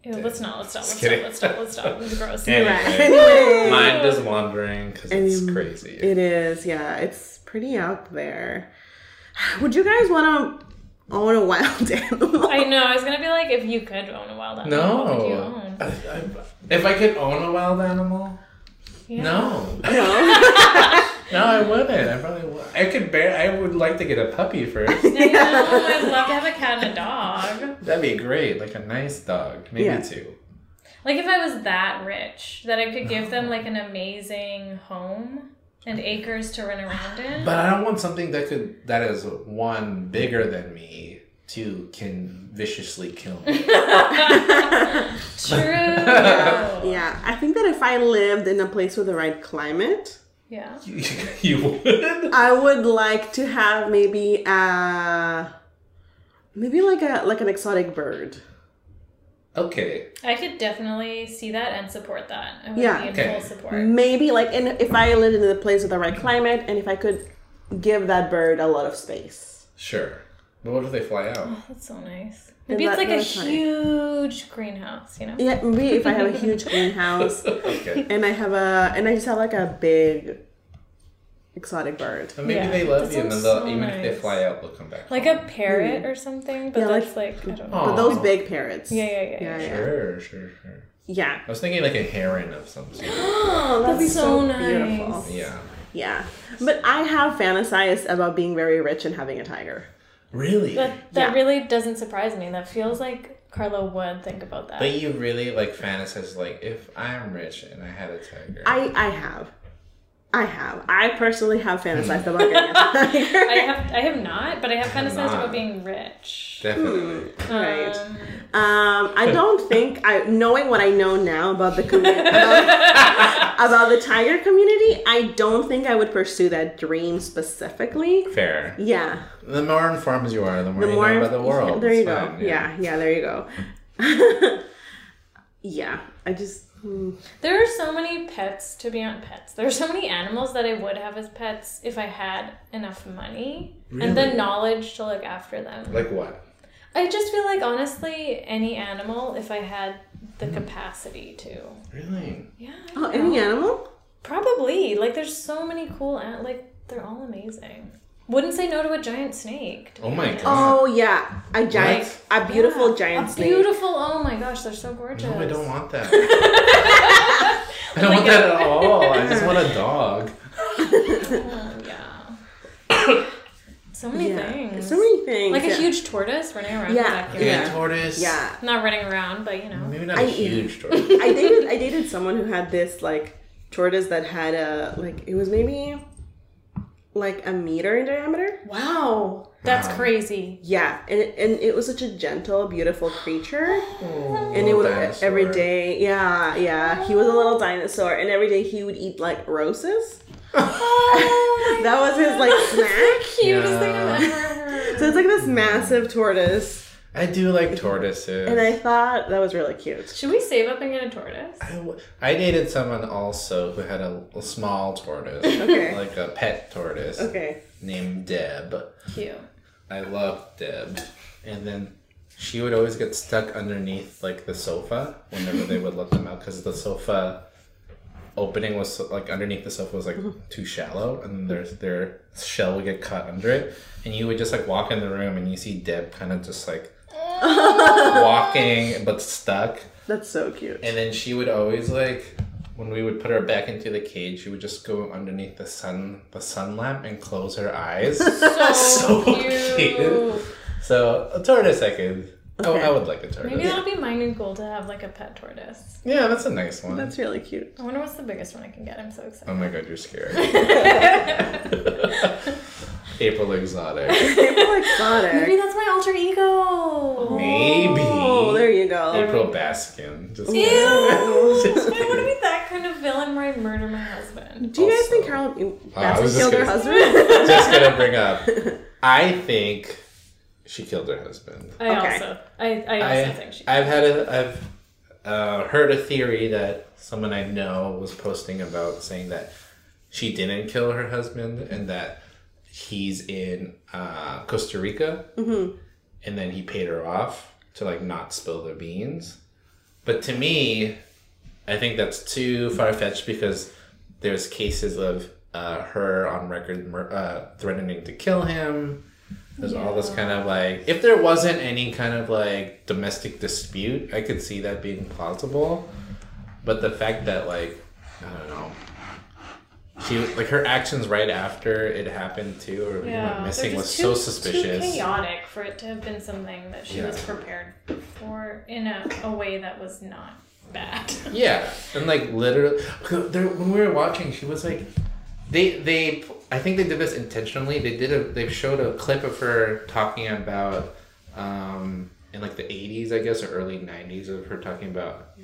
[SPEAKER 3] Ew, let's not. Let's stop.
[SPEAKER 2] Just
[SPEAKER 3] Let's stop.
[SPEAKER 2] kidding.
[SPEAKER 3] Let's stop. Let's stop. It's gross.
[SPEAKER 2] anyway.
[SPEAKER 1] Anyway.
[SPEAKER 2] Mind is wandering because it's
[SPEAKER 1] Um,
[SPEAKER 2] crazy.
[SPEAKER 1] It is, yeah. It's pretty out there. Would you guys want to own a wild animal?
[SPEAKER 3] I know. I was gonna be like, if you could own a wild animal, what would you
[SPEAKER 2] no.
[SPEAKER 3] own?
[SPEAKER 2] I- I- if I could own a wild animal,
[SPEAKER 3] Yeah.
[SPEAKER 2] no.
[SPEAKER 1] no.
[SPEAKER 2] No, I wouldn't. I probably would. I could bear. I would like to get a puppy first.
[SPEAKER 3] I know. I'd love to have a cat and a dog.
[SPEAKER 2] That'd be great. Like a nice dog, maybe
[SPEAKER 1] Yeah.
[SPEAKER 2] two.
[SPEAKER 3] Like if I was that rich that I could give them like an amazing home and acres to run around in.
[SPEAKER 2] But I don't want something that could that is one bigger than me. Two can viciously kill me.
[SPEAKER 3] True. Yeah.
[SPEAKER 1] yeah, I think that if I lived in a place with the right climate,
[SPEAKER 3] Yeah.
[SPEAKER 2] you, you would.
[SPEAKER 1] I would like to have maybe a maybe like a like an exotic bird.
[SPEAKER 2] Okay.
[SPEAKER 3] I could definitely see that and support that. I would
[SPEAKER 1] Yeah.
[SPEAKER 3] be in
[SPEAKER 2] Okay.
[SPEAKER 3] full support.
[SPEAKER 1] Maybe like in, if I lived in a place with the right climate and if I could give that bird a lot of space.
[SPEAKER 2] Sure. But what if they fly out?
[SPEAKER 3] That's so nice. Maybe
[SPEAKER 1] Is
[SPEAKER 3] it's
[SPEAKER 1] that
[SPEAKER 3] like a
[SPEAKER 1] really funny?
[SPEAKER 3] huge greenhouse, you know?
[SPEAKER 1] Yeah, maybe if I have a huge greenhouse
[SPEAKER 2] okay.
[SPEAKER 1] and I have a and I just have like a big exotic bird.
[SPEAKER 2] But maybe
[SPEAKER 3] Yeah.
[SPEAKER 2] they love
[SPEAKER 3] That
[SPEAKER 2] you, and then
[SPEAKER 3] sounds
[SPEAKER 2] they'll,
[SPEAKER 3] so
[SPEAKER 2] even if
[SPEAKER 3] nice.
[SPEAKER 2] they fly out, they'll come back.
[SPEAKER 3] Like a parrot or something, but
[SPEAKER 1] Yeah, like-
[SPEAKER 3] that's like, I don't know.
[SPEAKER 2] Aw.
[SPEAKER 1] But those big parrots.
[SPEAKER 3] Yeah, yeah, yeah,
[SPEAKER 1] Yeah,
[SPEAKER 3] yeah.
[SPEAKER 1] yeah.
[SPEAKER 2] Sure, sure, sure.
[SPEAKER 1] Yeah.
[SPEAKER 2] I was thinking like a heron of some sort.
[SPEAKER 1] Oh,
[SPEAKER 3] That'd be so nice.
[SPEAKER 2] Yeah.
[SPEAKER 1] Yeah. But I have fantasized about being very rich and having a tiger.
[SPEAKER 2] Really?
[SPEAKER 3] That, that
[SPEAKER 1] Yeah.
[SPEAKER 3] really doesn't surprise me. That feels like Carlo would think about that.
[SPEAKER 2] But you really like fantasize like if I'm rich and I had a tiger.
[SPEAKER 1] I I have. I have. I personally have fantasized about getting a tiger.
[SPEAKER 3] I have I have not, but I have fantasized
[SPEAKER 2] not.
[SPEAKER 3] about being rich.
[SPEAKER 2] Definitely.
[SPEAKER 1] Right.
[SPEAKER 3] Um,
[SPEAKER 1] Um, I don't think I knowing what I know now about the community about, about the tiger community. I don't think I would pursue that dream specifically.
[SPEAKER 2] Fair.
[SPEAKER 1] Yeah,
[SPEAKER 2] The more informed you are, the more you know about the world.
[SPEAKER 1] There you
[SPEAKER 2] It's
[SPEAKER 1] go.
[SPEAKER 2] fine,
[SPEAKER 1] yeah. yeah, there you go. yeah, I just hmm.
[SPEAKER 3] There are so many pets to be on pets. There are so many animals that I would have as pets if I had enough money and the
[SPEAKER 2] Really?
[SPEAKER 3] knowledge to look after them.
[SPEAKER 2] Like what?
[SPEAKER 3] I just feel like honestly any animal if I had the capacity to.
[SPEAKER 2] Really?
[SPEAKER 3] Yeah. I
[SPEAKER 1] oh,
[SPEAKER 3] don't
[SPEAKER 1] any
[SPEAKER 3] know.
[SPEAKER 1] animal.
[SPEAKER 3] Probably. Like there's so many cool an- like they're all amazing. Wouldn't say no to a giant snake. to be
[SPEAKER 2] Oh my
[SPEAKER 3] honest.
[SPEAKER 2] God.
[SPEAKER 1] Oh yeah, a giant, a beautiful
[SPEAKER 3] Yeah,
[SPEAKER 1] giant
[SPEAKER 3] a
[SPEAKER 1] snake.
[SPEAKER 3] Beautiful. Oh my gosh, they're so gorgeous.
[SPEAKER 2] No, I don't want that. I don't want that at all. I just want a dog.
[SPEAKER 3] Um, yeah. so many
[SPEAKER 1] yeah,
[SPEAKER 3] things.
[SPEAKER 1] so many things.
[SPEAKER 3] like
[SPEAKER 1] yeah.
[SPEAKER 3] a huge tortoise running around.
[SPEAKER 1] Yeah.
[SPEAKER 3] Yeah.
[SPEAKER 2] Like
[SPEAKER 1] Yeah.
[SPEAKER 2] a tortoise.
[SPEAKER 1] Yeah,
[SPEAKER 3] Not running around, but you know.
[SPEAKER 2] Maybe not
[SPEAKER 1] I-
[SPEAKER 2] a huge tortoise.
[SPEAKER 1] I dated I dated someone who had this like tortoise that had a like it was maybe like a meter in diameter.
[SPEAKER 3] Wow. That's
[SPEAKER 2] Wow.
[SPEAKER 3] crazy.
[SPEAKER 1] Yeah, and it, and it was such a gentle, beautiful creature, and it
[SPEAKER 2] Little
[SPEAKER 1] would
[SPEAKER 2] dinosaur.
[SPEAKER 1] every day. Yeah, yeah, he was a little dinosaur, and every day he would eat like roses. That was his like snack.
[SPEAKER 3] Cutest thing I've
[SPEAKER 2] Yeah.
[SPEAKER 3] ever heard.
[SPEAKER 1] So it's like this massive tortoise,
[SPEAKER 2] I do like tortoises.
[SPEAKER 1] and I thought that was really cute.
[SPEAKER 3] Should we save up and get a tortoise?
[SPEAKER 2] I w- I dated someone also who had a, a small tortoise,
[SPEAKER 1] Okay.
[SPEAKER 2] like a pet tortoise
[SPEAKER 1] Okay,
[SPEAKER 2] named Deb.
[SPEAKER 3] Cute.
[SPEAKER 2] I loved Deb, and then she would always get stuck underneath like the sofa whenever they would let them out because the sofa opening was so- like underneath the sofa was like too shallow, and then their their shell would get caught under it, and you would just like walk in the room and you see Deb kind of just like walking but stuck.
[SPEAKER 1] that's so cute.
[SPEAKER 2] And then she would always like when we would put her back into the cage, she would just go underneath the sun the sun lamp and close her eyes.
[SPEAKER 3] So,
[SPEAKER 2] So
[SPEAKER 3] cute.
[SPEAKER 2] cute. so a tortoise I could oh
[SPEAKER 1] Okay.
[SPEAKER 2] I would like a tortoise.
[SPEAKER 3] Maybe that'll be mine and goal to have like a pet tortoise.
[SPEAKER 2] Yeah, that's a nice one.
[SPEAKER 1] That's really cute.
[SPEAKER 3] I wonder what's the biggest one I can get. I'm so excited.
[SPEAKER 2] Oh my god, you're scared. April Exotic.
[SPEAKER 1] People exotic.
[SPEAKER 3] Maybe that's my alter ego.
[SPEAKER 2] Maybe.
[SPEAKER 1] Oh, there you go.
[SPEAKER 2] April Baskin. Just
[SPEAKER 3] Ew!
[SPEAKER 2] Just
[SPEAKER 3] I want to be that kind of villain where I murder my husband.
[SPEAKER 1] Do you guys
[SPEAKER 2] Also-
[SPEAKER 1] think Carol
[SPEAKER 2] Oh, I was
[SPEAKER 1] Baskin
[SPEAKER 2] just
[SPEAKER 1] killed her
[SPEAKER 2] gonna-
[SPEAKER 1] husband?
[SPEAKER 2] just gonna bring up. I think she killed her husband.
[SPEAKER 3] I
[SPEAKER 1] Okay.
[SPEAKER 3] also, I, I also think she.
[SPEAKER 2] I've had a I've uh, heard a theory that someone I know was posting about saying that she didn't kill her husband and that he's in uh, Costa Rica
[SPEAKER 3] Mm-hmm.
[SPEAKER 2] and then he paid her off to like not spill the beans. But to me, I think that's too far fetched because there's cases of uh, her on record mur- uh, threatening to kill him. There's all this kind of like, if there wasn't any kind of like domestic dispute, I could see that being plausible. But the fact that like, I don't know, she like her actions right after it happened too, or he went
[SPEAKER 3] they're
[SPEAKER 2] missing was
[SPEAKER 3] just
[SPEAKER 2] so
[SPEAKER 3] too-
[SPEAKER 2] suspicious.
[SPEAKER 3] Too chaotic for it to have been something that she
[SPEAKER 2] Yeah.
[SPEAKER 3] was prepared for in a, a way that was not bad.
[SPEAKER 2] Yeah, and like literally, there, when we were watching, she was like, they they I think they did this intentionally. They did a they showed a clip of her talking about um in like the eighties, I guess, or early nineties of her talking about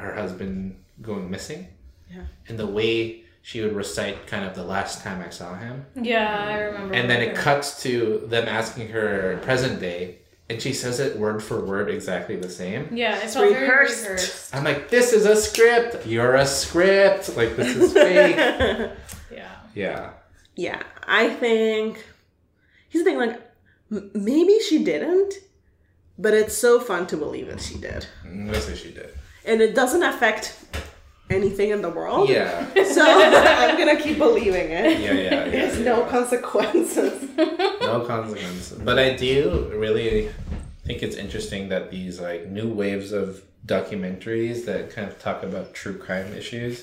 [SPEAKER 2] her husband going missing,
[SPEAKER 1] Yeah.
[SPEAKER 2] and the way she would recite kind of the last time I saw him,
[SPEAKER 3] Oh, yeah, I remember.
[SPEAKER 2] and then it
[SPEAKER 3] that.
[SPEAKER 2] cuts to them asking her present day. and she says it word for word exactly the same.
[SPEAKER 3] Yeah, it felt very
[SPEAKER 1] rehearsed.
[SPEAKER 3] rehearsed.
[SPEAKER 2] I'm like, this is a script. You're a script. Like this is fake.
[SPEAKER 3] Yeah.
[SPEAKER 2] yeah.
[SPEAKER 1] Yeah, I think he's thinking like m- maybe she didn't, but it's so fun to believe that she did,
[SPEAKER 2] I'm gonna say she did.
[SPEAKER 1] and it doesn't affect anything in the world.
[SPEAKER 2] Yeah.
[SPEAKER 1] So I'm gonna keep believing it.
[SPEAKER 2] Yeah, yeah, yeah.
[SPEAKER 1] There's
[SPEAKER 2] yeah.
[SPEAKER 1] no consequences.
[SPEAKER 2] no consequence. But I do really think it's interesting that these like new waves of documentaries that kind of talk about true crime issues,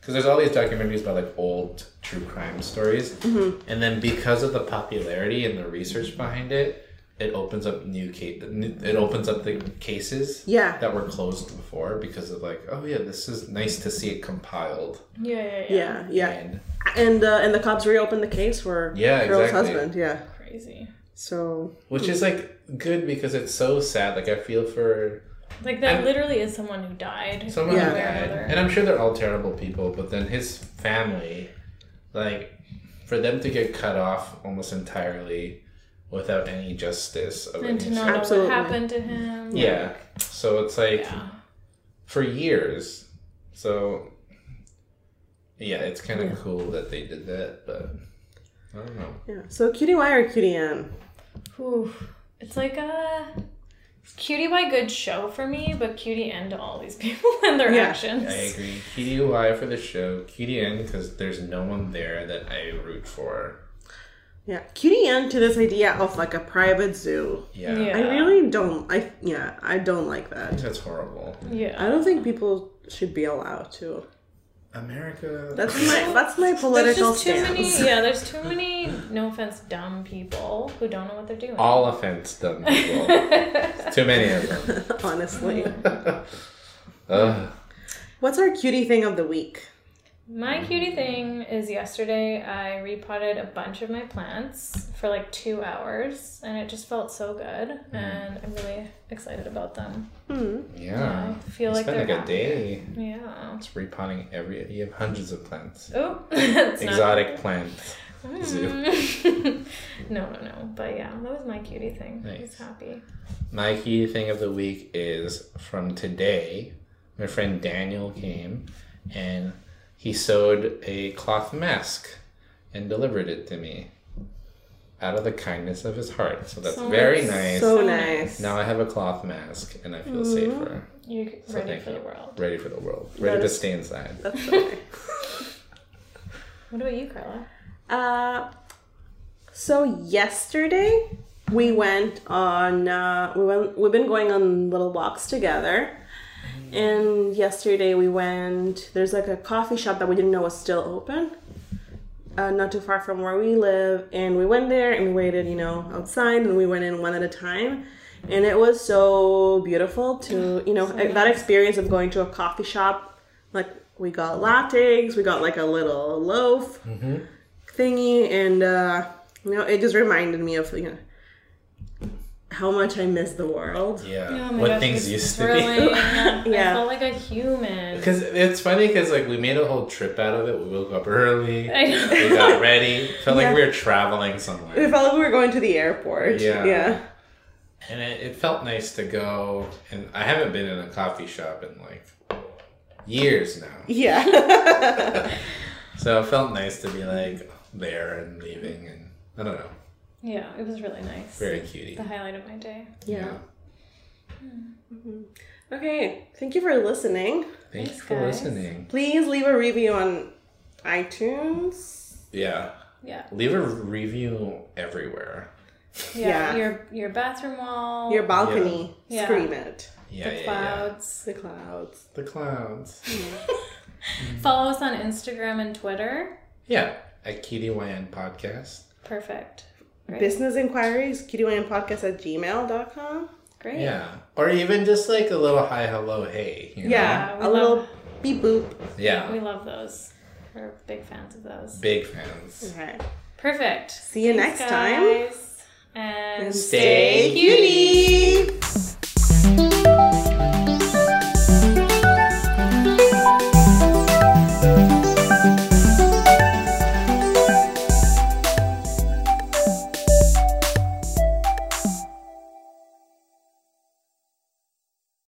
[SPEAKER 2] because there's all these documentaries about like old true crime stories,
[SPEAKER 1] Mm-hmm.
[SPEAKER 2] and then because of the popularity and the research behind it, it opens up new case. It opens up the cases
[SPEAKER 1] Yeah.
[SPEAKER 2] that were closed before because of like, oh yeah, this is nice to see it compiled.
[SPEAKER 3] Yeah, yeah, yeah.
[SPEAKER 1] Yeah, yeah,
[SPEAKER 2] And
[SPEAKER 1] and uh, and the cops reopened the case for
[SPEAKER 2] Yeah,
[SPEAKER 1] girl's
[SPEAKER 2] exactly.
[SPEAKER 1] husband. Yeah,
[SPEAKER 3] Crazy.
[SPEAKER 1] so
[SPEAKER 2] which is like good because it's so sad. Like I feel for
[SPEAKER 3] Like that
[SPEAKER 2] And-
[SPEAKER 3] literally is someone who died.
[SPEAKER 2] Someone
[SPEAKER 1] Yeah.
[SPEAKER 2] who died. And I'm sure they're all terrible people, but then his family, like, for them to get cut off almost entirely without any justice of
[SPEAKER 3] and to
[SPEAKER 2] any
[SPEAKER 3] not
[SPEAKER 2] sort.
[SPEAKER 3] know
[SPEAKER 1] Absolutely.
[SPEAKER 3] what happened to him.
[SPEAKER 2] Yeah. So it's like
[SPEAKER 3] Yeah.
[SPEAKER 2] for years. So yeah, it's kind of cool that they did that, but I don't know.
[SPEAKER 1] yeah, so cutie Y or cutie N?
[SPEAKER 3] Whew. It's like a cutie by good show for me, but cutie end to all these people and their
[SPEAKER 1] Yeah.
[SPEAKER 3] actions.
[SPEAKER 2] I agree. QDY for the show, QDN because there's no one there that I root for.
[SPEAKER 1] Yeah, cutie N to this idea of like a private zoo.
[SPEAKER 2] Yeah,
[SPEAKER 3] Yeah.
[SPEAKER 1] I really don't. I yeah, I don't like that.
[SPEAKER 2] that's horrible.
[SPEAKER 1] I
[SPEAKER 3] Yeah.
[SPEAKER 1] don't think people should be allowed to.
[SPEAKER 2] America.
[SPEAKER 1] That's my that's my
[SPEAKER 3] There's
[SPEAKER 1] political
[SPEAKER 3] just too
[SPEAKER 1] stance.
[SPEAKER 3] many. Yeah, there's too many. No offense, dumb people who don't know what they're doing.
[SPEAKER 2] all offense done people. Too many of them.
[SPEAKER 1] Honestly,
[SPEAKER 2] Ugh.
[SPEAKER 1] what's our cutie thing of the week?
[SPEAKER 3] My cutie thing is yesterday I repotted a bunch of my plants for like two hours and it just felt so good
[SPEAKER 2] Mm-hmm.
[SPEAKER 3] and I'm really excited about them.
[SPEAKER 2] Yeah.
[SPEAKER 3] I feel
[SPEAKER 2] It's
[SPEAKER 3] like
[SPEAKER 2] been
[SPEAKER 3] they're
[SPEAKER 2] like a day.
[SPEAKER 3] Yeah.
[SPEAKER 2] It's repotting every. You have hundreds of plants.
[SPEAKER 3] Oh, it's not- Hmm.
[SPEAKER 2] Exotic plants. Zoo.
[SPEAKER 3] Mm. no, no, no. But yeah, that was my cutie thing. I was
[SPEAKER 2] Nice.
[SPEAKER 3] happy.
[SPEAKER 2] My key thing of the week is from today. My friend Daniel came, and he sewed a cloth mask, and delivered it to me. Out of the kindness of his heart. So that's
[SPEAKER 3] So
[SPEAKER 2] very
[SPEAKER 3] nice.
[SPEAKER 2] nice.
[SPEAKER 1] So
[SPEAKER 3] So Mm-hmm.
[SPEAKER 1] nice.
[SPEAKER 2] now I have a cloth mask, and I feel safer.
[SPEAKER 3] You're ready
[SPEAKER 2] thank
[SPEAKER 3] for the
[SPEAKER 2] you.
[SPEAKER 3] world.
[SPEAKER 2] Ready for the world. Ready to
[SPEAKER 1] is-
[SPEAKER 2] stay inside.
[SPEAKER 1] That's so nice.
[SPEAKER 3] What about you, Carla?
[SPEAKER 1] Uh, so yesterday we went on uh, we went we've been going on little walks together and yesterday we went there's like a coffee shop that we didn't know was still open uh, not too far from where we live and we went there and we waited you know outside and we went in one at a time and it was so beautiful to you know that experience of going to a coffee shop like we got lattes we got like a little loaf thingy and uh you know it just reminded me of you know how much i miss the world
[SPEAKER 2] Yeah.
[SPEAKER 3] Oh my
[SPEAKER 2] what
[SPEAKER 3] gosh,
[SPEAKER 2] things
[SPEAKER 3] it's
[SPEAKER 2] used to be.
[SPEAKER 3] thrilling. yeah.
[SPEAKER 1] Yeah.
[SPEAKER 3] I felt like a human.
[SPEAKER 2] Because it's funny because like we made a whole trip out of it. We woke up early.
[SPEAKER 3] I know.
[SPEAKER 2] We got ready. Felt
[SPEAKER 1] Yeah.
[SPEAKER 2] like we were traveling
[SPEAKER 1] it
[SPEAKER 2] somewhere.
[SPEAKER 1] felt like we were going to the airport
[SPEAKER 2] Yeah.
[SPEAKER 1] yeah
[SPEAKER 2] And it, it felt nice to go. And I haven't been in a coffee shop in like years now.
[SPEAKER 1] yeah
[SPEAKER 2] So it felt nice to be like there and leaving. And I don't know.
[SPEAKER 3] Yeah, it was really nice.
[SPEAKER 2] Very cutie.
[SPEAKER 3] The highlight of my day.
[SPEAKER 1] yeah okay thank you for listening
[SPEAKER 2] Thanks
[SPEAKER 3] Thanks,
[SPEAKER 2] for
[SPEAKER 3] guys.
[SPEAKER 2] listening.
[SPEAKER 1] please leave a review on itunes
[SPEAKER 2] Yeah.
[SPEAKER 3] Yeah.
[SPEAKER 2] Leave a review everywhere.
[SPEAKER 3] Yeah.
[SPEAKER 1] Yeah.
[SPEAKER 3] Your your bathroom wall.
[SPEAKER 1] your balcony
[SPEAKER 3] Yeah.
[SPEAKER 1] scream it
[SPEAKER 2] Yeah.
[SPEAKER 3] the
[SPEAKER 2] yeah, yeah.
[SPEAKER 3] clouds.
[SPEAKER 1] the clouds
[SPEAKER 2] The clouds.
[SPEAKER 3] Follow us on Instagram and Twitter.
[SPEAKER 2] yeah. At QDYN Podcast.
[SPEAKER 3] Perfect. Great.
[SPEAKER 1] business inquiries podcast at gmail.com
[SPEAKER 3] Great.
[SPEAKER 2] Yeah. Or even just like a little hi, hello, hey. you know?
[SPEAKER 1] yeah,
[SPEAKER 3] Yeah, we
[SPEAKER 1] a
[SPEAKER 3] love-
[SPEAKER 1] little beep boop
[SPEAKER 2] Yeah.
[SPEAKER 3] We love those. We're big fans of those.
[SPEAKER 2] Big fans.
[SPEAKER 1] okay
[SPEAKER 3] Perfect.
[SPEAKER 1] See you next time.
[SPEAKER 3] time. And
[SPEAKER 1] Stay
[SPEAKER 2] cutie.
[SPEAKER 1] cutie.